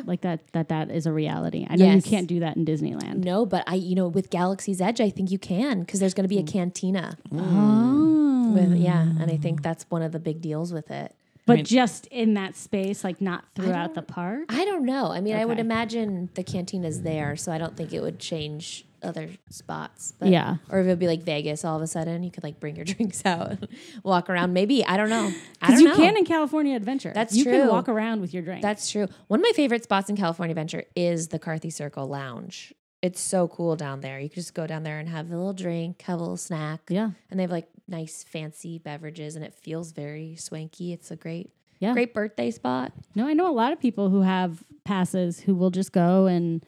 S1: Like that, that that is a reality. I know
S3: Yes.
S1: you can't do that in Disneyland.
S3: No, but I, you know, with Galaxy's Edge, I think you can because there's
S1: Hmm.
S3: going to be a cantina
S1: Oh, Mm.
S3: with, yeah. And I think that's one of the big deals with it.
S1: But
S2: mean-
S1: just in that space, like not throughout the
S3: don't-
S1: park.
S3: I don't know. I mean, I would
S1: Okay.
S3: imagine the cantina's there, so I don't think it would change other spots. But,
S1: Yeah.
S3: Or if it would be like Vegas all of a sudden, you could like bring your drinks out, walk around. Maybe. I don't know. I
S1: Because
S3: don't
S1: you
S3: know.
S1: can in California Adventure.
S3: That's
S1: you can
S3: true.
S1: walk around with your drink.
S3: That's true. One of my favorite spots in California Adventure is the Carthy Circle Lounge. It's so cool down there. You could just go down there and have a little drink, have a little snack.
S1: yeah.
S3: And they have like nice fancy beverages and it feels very swanky. It's a great
S1: Yeah.
S3: great birthday spot.
S1: No, I know a lot of people who have passes who will just go and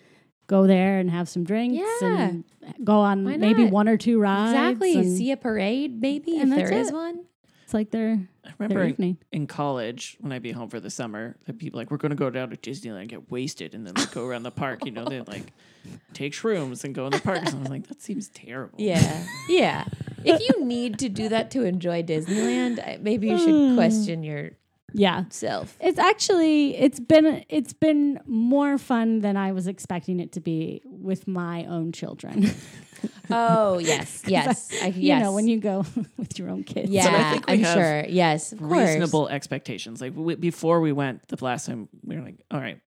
S1: go there and have some drinks
S3: Yeah.
S1: and go on
S3: Why
S1: maybe
S3: not?
S1: one or two rides.
S3: Exactly.
S1: and
S3: See a parade maybe
S1: And
S3: if
S1: that's
S3: there is
S1: it.
S3: one.
S1: it's like their,
S2: I
S1: their
S2: remember in,
S1: evening.
S2: in college when I'd be home for the summer, there'd be like, we're going to go down to Disneyland, get wasted, and then like, go around the park. You know, they'd like take shrooms and go in the park. And I was like, that seems terrible.
S3: Yeah. yeah. If you need to do that to enjoy Disneyland, I- maybe you
S1: Hmm.
S3: should question yourself.
S1: Yeah. It's actually it's been it's been more fun than I was expecting it to be with my own children.
S3: Oh, yes. Yes. I,
S1: you
S3: yes.
S1: know, when you go with your own kids.
S3: yeah,
S2: I think we
S3: I'm
S2: have
S3: sure. Yes, of course.
S2: reasonable expectations. Like we, before we went the last time, we were like, all right,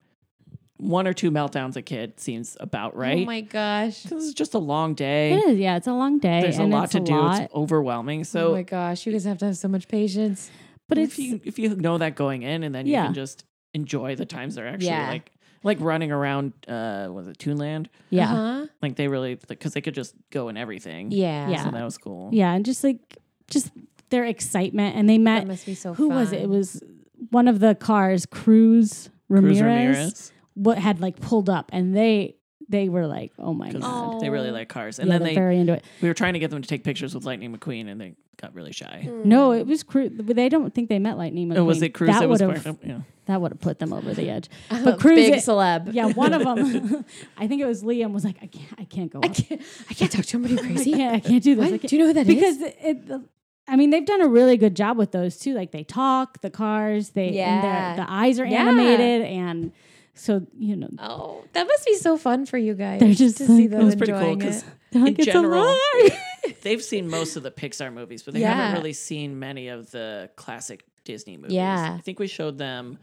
S2: one or two meltdowns a kid seems about right.
S3: Oh my gosh.
S2: this is just a long day.
S1: It is, yeah, it's a long day.
S2: There's a
S1: and
S2: lot
S1: it's
S2: to
S1: a
S2: do.
S1: lot,
S2: It's overwhelming.
S3: oh
S2: So,
S3: my gosh, you guys have to have so much patience.
S1: but it's
S2: if you if you know that going in, and then you
S1: Yeah.
S2: can just enjoy the times they're actually
S3: Yeah.
S2: like like running around. Uh, was it Toonland?
S1: yeah,
S3: Uh-huh.
S2: Like they really because they could just go in everything.
S3: Yeah.
S1: Yeah.
S2: So that was cool.
S1: yeah, and just like just their excitement, and they
S3: That
S1: met
S3: must be so
S1: who was it?
S3: fun.
S1: It was one of the cars, Cruz Ramirez, Oh
S2: Cruz Ramirez.
S1: what had like pulled up, and they they were like, oh my god,
S2: 'cause
S3: Oh.
S2: They really like cars. And
S1: yeah,
S2: then
S1: they're
S2: they
S1: very into it.
S2: we were trying to get them to take pictures with Lightning McQueen and they got really shy.
S3: Hmm.
S1: No,
S3: Mm.
S1: it was Cruz. They don't think they met Lightning McQueen.
S2: Oh, was it Cruz that, was
S1: would've-
S2: part of- yeah.
S1: that would have put them over the edge.
S3: A
S1: But Cruz,
S3: big
S1: it-
S3: celeb.
S1: yeah, one of them. I think it was Liam. Was like, I can't, I can't go. Up. I can't,
S3: I can't talk to somebody crazy.
S1: I can't, do this. I
S3: What?
S1: can't-
S3: Do you know who that is?
S1: because it, it- I mean, they've done a really good job with those too. Like they talk, the cars, they and their-
S3: Yeah.
S1: the eyes are
S3: Yeah.
S1: animated, and so you know,
S3: oh, that must be so fun for you guys.
S1: They're just
S3: to
S1: like-
S3: see
S1: That
S3: them
S2: was pretty cool
S3: enjoying
S2: 'cause
S3: it.
S1: they're like it's
S2: general-
S1: alive.
S2: They've seen most of the Pixar movies, but they
S3: Yeah.
S2: haven't really seen many of the classic Disney movies.
S3: Yeah.
S2: I think we showed them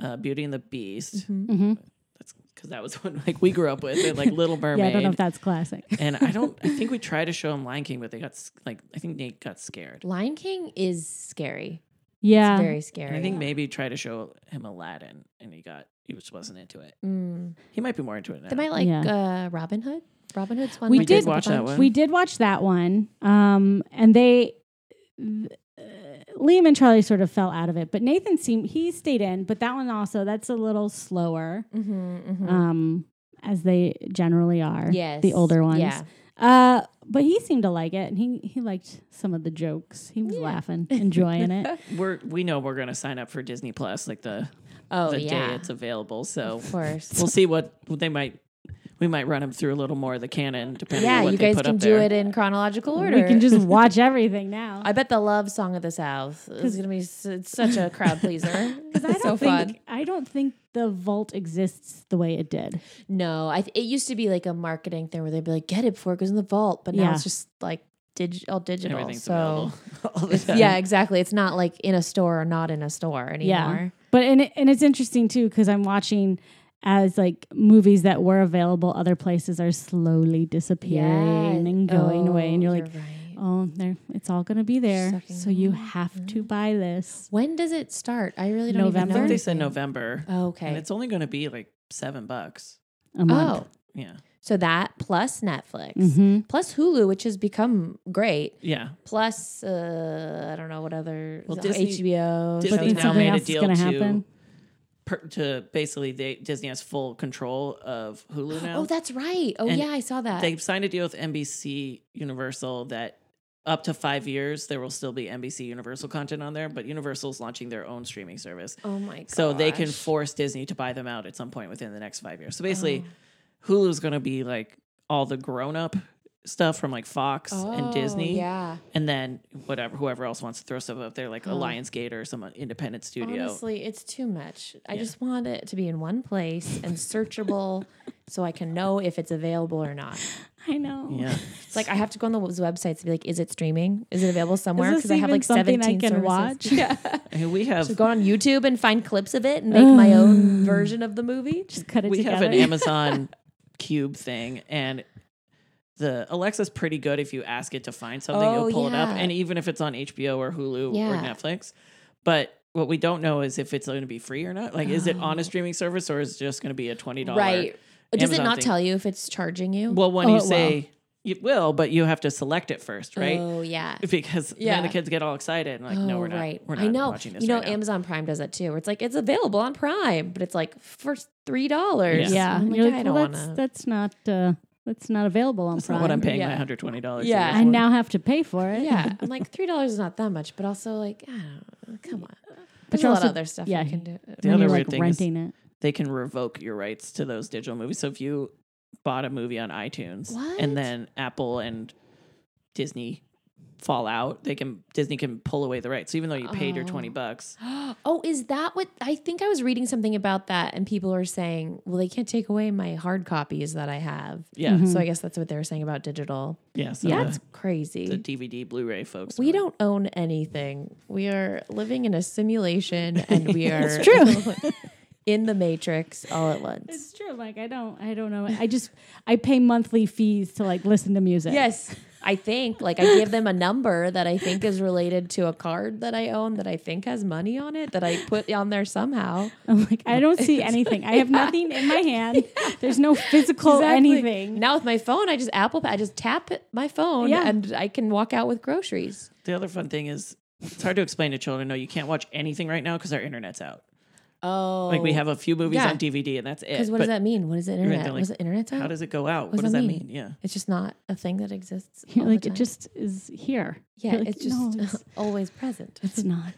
S2: uh, Beauty and the Beast.
S3: Mm-hmm.
S1: Mhm.
S2: That's because that was one like we grew up with, and, like Little Mermaid.
S1: Yeah, I don't know if that's classic.
S2: and I don't. I think we tried to show them Lion King, but they got s- like I think Nate got scared.
S3: Lion King is scary.
S1: Yeah,
S3: It's very
S2: And
S3: scary.
S2: I think maybe try to show him Aladdin, and he got he just wasn't into it.
S3: Mm.
S2: He might be more into it now.
S3: They might like
S1: Yeah.
S3: uh, Robin Hood. Robin Hood's one.
S1: We
S3: like,
S1: did
S3: with the
S2: watch that
S3: bunch.
S2: one.
S1: we did watch that one, um, and they. th- uh, Liam and Charlie sort of fell out of it, but Nathan seemed he stayed in. But that one also that's a little slower,
S3: Mhm, mhm.
S1: um, as they generally are.
S3: yes,
S1: the older ones.
S3: Yeah,
S1: Uh, but he seemed to like it, and he he liked some of the jokes. He was laughing, enjoying it.
S2: We're we know we're gonna sign up for Disney Plus like the
S3: Oh,
S2: the
S3: yeah.
S2: day it's available. So
S3: of course.
S2: we'll see what they might. We might run them through a little more of the canon, depending on
S3: yeah,
S2: what
S3: you
S2: they
S3: guys
S2: put
S3: can
S2: up
S3: do
S2: there.
S3: it in chronological order.
S1: we can just watch everything now.
S3: I bet the love song of the South is gonna be s- it's such a crowd pleaser.
S1: I don't
S3: It's so
S1: think
S3: fun.
S1: I don't think the vault exists the way it did.
S3: No, I th- it used to be like a marketing thing where they'd be like, "Get it before it goes in the vault," but now
S1: Yeah.
S3: it's just like dig- all digital.
S2: Everything's
S3: so
S2: available. all the
S3: it's-
S2: time.
S3: yeah, exactly. It's not like in a store or not in a store anymore.
S1: but and it, and it's interesting too because I'm watching as like movies that were available other places are slowly disappearing and going away, and you're, like,
S3: right.
S1: oh, there, it's all gonna be there,
S3: Sucking
S1: so you have to buy this.
S3: when does it start? I really don't
S2: I
S1: November?
S3: even know.
S2: think they said
S3: anything.
S2: November,
S3: Oh, okay.
S2: and it's only going to be like seven bucks.
S1: A month.
S3: oh,
S2: Yeah,
S3: so that plus Netflix,
S1: Mhm.
S3: plus Hulu, which has become great.
S2: yeah.
S3: Plus, uh, I don't know what other
S2: Well,
S3: oh,
S2: Disney-
S3: HBO.
S1: But
S2: Disney
S1: then
S2: now
S1: something
S2: made
S1: else
S2: a
S1: is
S2: deal
S1: gonna
S2: to
S1: happen.
S2: per, to basically they, Disney has full control of Hulu now.
S3: Oh, that's right. Oh,
S2: And
S3: yeah, I saw that.
S2: They've signed a deal with NBC Universal that up to five years there will still be NBC Universal content on there, but Universal's launching their own streaming service.
S3: oh my god.
S2: So they can force Disney to buy them out at some point within the next five
S3: Oh.
S2: years. So basically, Hulu's going to be like all the grown up stuff from like Fox and Disney.
S3: Oh, Yeah.
S2: And then whatever, whoever else wants to throw stuff up there, like Alliance Lionsgate or some independent studio.
S3: Honestly, it's too much. I just want it to be in one place and searchable so I can know if it's available or not.
S1: I know.
S2: Yeah.
S3: It's like I have to go on those websites to be like, is it streaming? Is it available somewhere?
S1: this
S3: Because I have
S1: even
S3: like
S1: something
S3: seventeen
S1: I can watch?
S3: services. Yeah.
S2: I mean, we have
S3: so go on YouTube and find clips of it and make my own version of the movie.
S1: Just cut it
S2: we
S1: together.
S2: have an Amazon Cube thing, and the Alexa's pretty good. If you ask it to find something,
S3: Oh,
S2: it'll pull it up,
S3: yeah.
S2: and even if it's on HBO or Hulu or
S3: Yeah.
S2: Netflix. But what we don't know is if it's going to be free or not. Like, is it on a streaming service or is it just going to be a twenty dollar?
S3: Right. Does it
S2: Amazon
S3: not
S2: thing.
S3: tell you if it's charging you?
S2: Well,
S1: Oh,
S2: when
S1: it
S2: you
S1: will.
S2: say it will, but you have to select it first, right?
S3: Oh yeah.
S2: because
S3: Yeah.
S2: then the kids get all excited and like, no,
S3: Oh,
S2: we're not. We're not
S3: I know.
S2: watching this.
S3: you know,
S2: right now.
S3: Amazon Prime does that too. Where it's like it's available on Prime, but it's like for three
S2: Yes.
S3: dollars.
S1: Yeah.
S3: I'm like,
S1: You're
S3: I
S1: like,
S3: don't
S1: well, that's,
S3: want to.
S1: that's not uh, that's not available on
S2: That's
S1: Prime.
S2: not what I'm paying my
S3: Yeah.
S2: hundred twenty dollars.
S3: Yeah.
S1: I now have to pay for it.
S3: Yeah, I'm like three dollars is not that much, but also like I don't know. Come on, there's
S1: you're
S3: a lot
S1: also-
S3: of other stuff
S1: yeah.
S3: you can do.
S2: The
S1: Then
S2: other
S1: you're
S2: weird
S1: like
S2: thing is-
S1: renting it.
S2: they can revoke your rights to those digital movies. So if you bought a movie on iTunes
S3: What?
S2: and then Apple and Disney fall out, they can Disney can pull away the rights. So even though you paid your
S3: Oh.
S2: twenty bucks,
S3: Oh, is that what I think I was reading something about that and people are saying, well, they can't take away my hard copies that I have.
S2: yeah,
S3: So I guess that's what they were saying about digital.
S2: yeah, so
S3: That's crazy.
S2: the, the DVD Blu-ray folks.
S3: we don't own anything. We are living in a simulation and we are
S1: true.
S3: in the matrix all at once.
S1: It's true. Like I don't I don't know. I just I pay monthly fees to like listen to music.
S3: Yes. I think like I give them a number that I think is related to a card that I own that I think has money on it that I put on there somehow.
S1: I'm like, I don't see anything. I have nothing in my hand. There's no physical
S3: Exactly.
S1: Oh, anything.
S3: Now with my phone, I just Apple, Pay- I just tap it- my phone,
S1: Yeah.
S3: and I can walk out with groceries.
S2: The other fun thing is it's hard to explain to children. No, you can't watch anything right now because our internet's out.
S3: Oh,
S2: Like we have a few movies
S3: Yeah.
S2: on DVD and that's it.
S3: Because what does
S2: But
S3: that mean? What is the
S2: they're
S3: internet?
S2: like,
S3: was the internet
S2: How
S3: out?
S2: does it go out?
S3: What
S2: What
S3: does
S2: does
S3: that
S2: that
S3: mean?
S2: mean? Yeah.
S3: it's just not a thing that exists.
S1: You're
S3: all the
S1: like it
S3: time.
S1: just is here.
S3: yeah,
S1: You're like,
S3: it's just
S1: "No, it's,
S3: always present.
S1: it's not.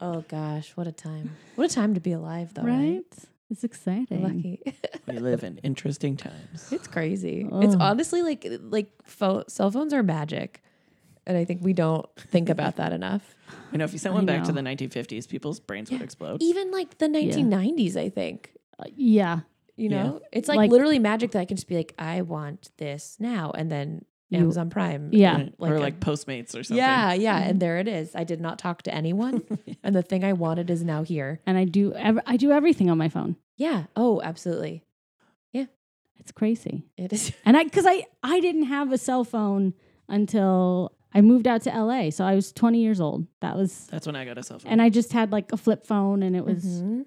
S3: oh gosh, what a time! What a time to be alive, though.
S1: right?
S3: Right?
S1: It's exciting.
S3: Lucky.
S2: We live in interesting times.
S3: it's crazy. It's
S1: Ugh.
S3: honestly like like pho- cell phones are magic, and I think we don't think about that enough.
S2: You know, if you sent
S1: I
S2: one back to
S1: know.
S2: the 1950s, people's brains would explode.
S3: Even like the 1990s, I think.
S1: Uh, yeah.
S3: You
S2: Yeah.
S3: know, it's like,
S1: Like-
S3: literally magic that I can just be like, I want this now, and then
S1: You-
S3: Amazon Prime.
S1: Yeah. Mm-hmm.
S2: Right? Mm.
S3: like
S2: or
S3: a-
S2: like Postmates or something.
S3: Yeah, yeah, and there it is. I did not talk to anyone, and the thing I wanted is now here.
S1: And I do ev- I do everything on my phone.
S3: Yeah. Oh, absolutely.
S1: It's crazy.
S3: It is.
S1: And I cuz I I didn't have a cell phone until I moved out to LA. So I was 20 years old. That was
S2: That's when I got a cell phone.
S1: and I just had like a flip phone and it was
S3: Mhm.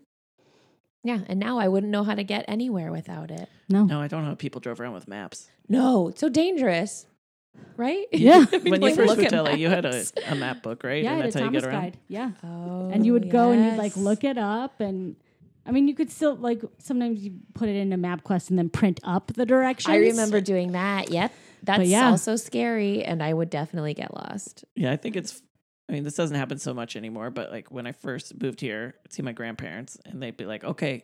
S3: Yeah, and now I wouldn't know how to get anywhere without it.
S1: no.
S2: No, I don't know how people drove around with maps.
S3: No, it's so dangerous, right?
S1: Yeah.
S3: I mean,
S2: when you
S3: like,
S2: first
S3: look
S2: moved to
S3: at
S2: LA, you had a,
S3: maps.
S2: a map book, right?
S1: Yeah, I
S2: and
S1: had a
S2: that's how you
S1: Thomas
S2: get around.
S1: guide. Yeah.
S3: Oh,
S1: and you would go and you'd like
S3: yes.
S1: look it up and I mean, you could still like sometimes you put it into MapQuest and then print up the directions.
S3: I remember doing that. Yep, that's
S1: yeah.
S3: also scary, and I would definitely get lost.
S2: Yeah, I think it's. I mean, this doesn't happen so much anymore, but like when I first moved here, I'd see my grandparents, and they'd be like, "Okay,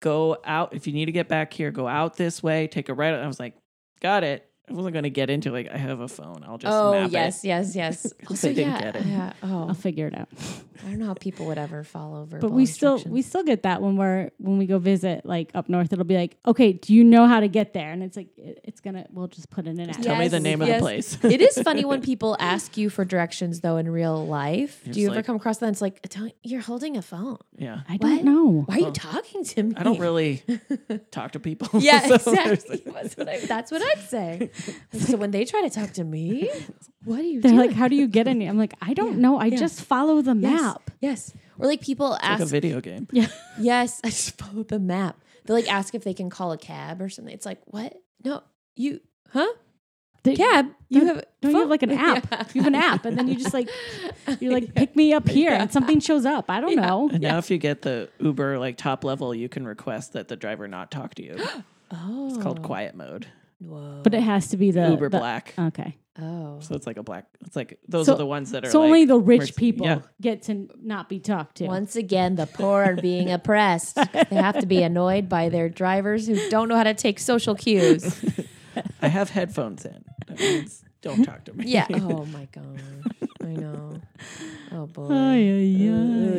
S2: go out if you need to get back here. Go out this way. Take a right." And I was like, "Got it." I wasn't going to get into like I have a phone. I'll just
S3: oh
S2: map
S3: yes, yes, yes.
S2: they didn't get it.
S3: yeah.
S1: I'll
S3: Oh,
S1: figure it out.
S3: I don't know how people would ever follow verbal.
S1: But we still we
S3: instructions.
S1: still get that when we're when we go visit like up north. It'll be like, okay, do you know how to get there? And it's like it, it's gonna we'll just put in an
S2: it.
S1: app.
S2: Tell me the
S3: Yes,
S2: name
S3: yes.
S2: of the place.
S3: it is funny when people ask you for directions though in real life.
S2: You're
S3: Do you
S2: just
S3: ever
S2: like-
S3: come across that? It's like "Don't- you're holding a phone.
S2: yeah,
S1: I don't
S3: What?
S1: know.
S3: Why are you talking to me?
S2: I don't really talk to people.
S3: Yeah,
S2: so there's-
S3: exactly. That's what, I, that's what I'd say. Like, so when they try to talk to me, what are you
S1: They're
S3: doing?
S1: like, how do you get in? I'm like, I don't know. I
S3: yeah.
S1: just follow the
S3: Yes,
S1: map.
S3: Yes. Or like people
S2: Like a
S3: ask
S2: video game.
S3: Yes, I just follow the map. They like ask if they can call a cab or something. It's like, what? No, you, huh?
S1: They-
S3: Cab? You
S1: Don't-
S3: have a
S1: Don't you have
S3: phone?
S1: like an app?
S3: Yeah.
S1: You have an app, and then you just like you're like pick me up here, and something shows up. I don't know.
S2: And now, if you get the Uber like top level, you can request that the driver not talk to you.
S3: Oh,
S2: It's called quiet mode.
S3: Whoa.
S1: But it has to be the
S2: Uber
S1: the-
S2: Black.
S1: Okay,
S3: oh,
S2: So it's like a black. It's like those
S1: So-
S2: are the ones that are.
S1: so
S2: like,
S1: only the rich
S2: merc-
S1: people
S2: Yeah,
S1: get to not be talked to.
S3: once again, the poor are being oppressed. They have to be annoyed by their drivers who don't know how to take social cues.
S2: I have headphones in. That means don't talk to me.
S3: Yeah. Oh my gosh. I know. Oh boy.
S1: Ay, ay, ay.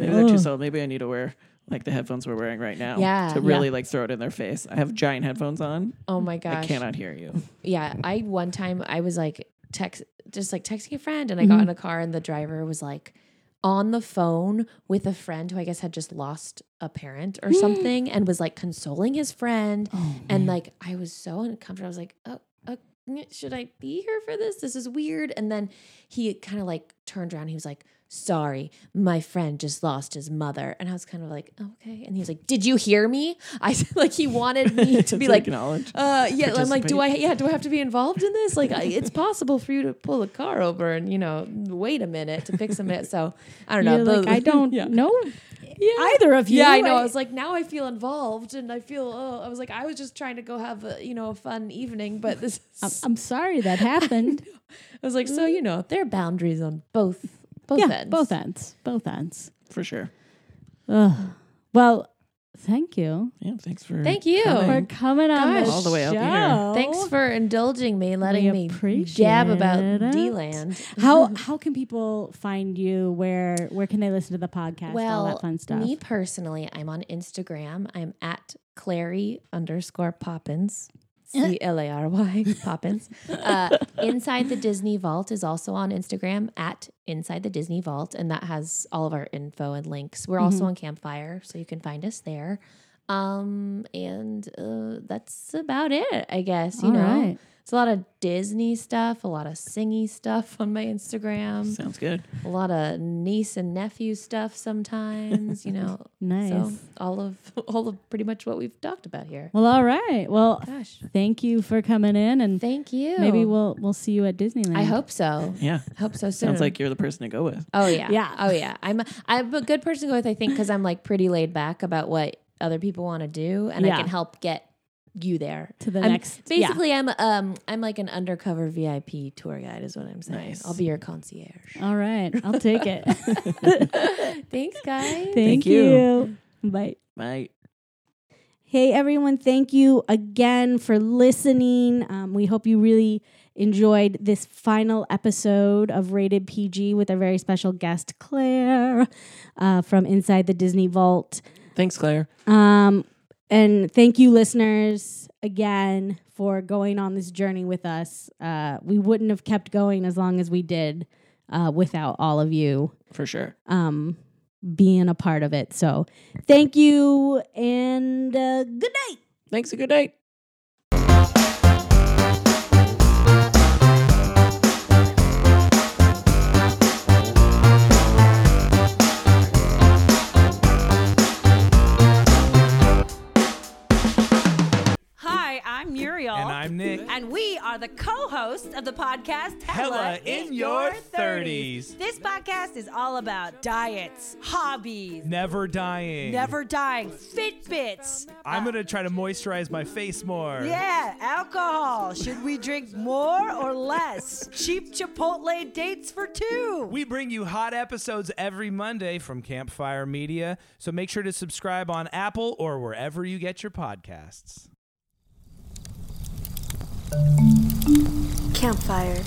S2: Maybe they're too slow. Maybe I need to wear like the headphones we're wearing right now.
S3: Yeah.
S2: To
S3: Yeah.
S2: really like throw it in their face. I have giant headphones on.
S3: Oh my gosh.
S2: I cannot hear you.
S3: Yeah. I one time I was like text just like texting a friend and I got in a car and the driver was like on the phone with a friend who I guess had just lost a parent or something and was like consoling his friend. and like I was so uncomfortable. I was like, oh, uh, mm, should I be here for this? This is weird. And then he kind of like turned around. He was like, sorry, my friend just lost his mother. And I was kind of like, okay. And he was like, did you hear me? I said, like, he wanted me to be like,
S2: acknowledge.
S3: uh, yeah. I'm like, do I?
S2: participate.
S3: Yeah, do I have to be involved in this? Like, I, it's possible for you to pull a car over and you know wait a minute to fix a minute. So I don't
S1: You're
S3: know.
S1: like,
S3: the-
S1: I don't
S2: Yeah.
S1: know
S3: Yeah.
S1: either of you.
S3: Yeah, I know. I was like, now I feel involved, and I feel. Oh, I was like, I was just trying to go have a you know a fun evening, but this.
S1: I'm,
S3: Is,
S1: I'm sorry that happened.
S3: I was like, so you know, there are boundaries on both both
S1: yeah,
S3: ends.
S1: both ends. Both ends.
S2: For sure.
S1: Ugh. Well, thank you
S2: Yeah. Thanks for.
S3: Thank you.
S1: for
S2: coming.
S1: coming on
S3: Gosh.
S1: the
S3: All
S2: the way up here.
S1: show.
S3: Thanks for indulging me,
S1: We
S3: letting me
S1: appreciate
S3: jab about
S1: it.
S3: D land.
S1: how how can people find you? Where where can they listen to the podcast? all that fun stuff.
S3: Me personally, I'm on Instagram. I'm at Clary underscore Poppins. C L A R Y Poppins. Uh, Inside the Disney Vault is also on Instagram at Inside the Disney Vault, and that has all of our info and links. We're
S1: Mm-hmm.
S3: also on Campfire, so you can find us there. Um, and uh, that's about it, I guess. You
S1: All
S3: know,
S1: right.
S3: it's a lot of Disney stuff, a lot of singy stuff on my Instagram
S2: Sounds good.
S3: a lot of niece and nephew stuff sometimes, you know.
S1: Nice.
S3: So all of all of pretty much what we've talked about here.
S1: well, all right. Well,
S3: Gosh.
S1: thank you for coming in, and
S3: Thank you.
S1: maybe we'll we'll see you at Disneyland.
S3: I hope so.
S2: Yeah.
S3: Hope so soon.
S2: Sounds like you're the person to go with.
S3: Oh yeah.
S1: Yeah.
S3: Oh yeah. I'm I'm a good person to go with, I think, because I'm like pretty laid back about what other people want to do and
S1: Yeah.
S3: I can help get you there
S1: To the
S3: I'm-
S1: next- yeah.
S3: Basically, I'm um I'm like an undercover VIP tour guide, is what I'm saying.
S2: Nice.
S3: I'll be your concierge.
S1: All right, I'll take it.
S3: Thanks, guys.
S1: thank you.
S2: you.
S1: Bye.
S2: Bye.
S1: Hey everyone, thank you again for listening. Um, we hope you really enjoyed this final episode of Rated PG with a very special guest, Claire, uh, from Inside the Disney Vault.
S2: Thanks, Claire.
S1: Um, and thank you, listeners, again for going on this journey with us. Uh, we wouldn't have kept going as long as we did uh, without all of you
S2: For sure.
S1: um, being a part of it. So thank you and uh, good night.
S2: Thanks. A good night.
S4: Hi, I'm Muriel.
S5: And I'm Nick.
S4: And we are the co hosts of the podcast
S5: Hella in Your 30s.
S4: This podcast is all about diets, hobbies,
S5: Never dying.
S4: never dying, Fitbits.
S5: I'm gonna try to moisturize my face more.
S4: Yeah, alcohol. Should we drink more or less? Cheap Chipotle dates for two.
S5: We bring you hot episodes every Monday from Campfire Media, so make sure to subscribe on Apple or wherever you get your podcasts.
S6: Campfire.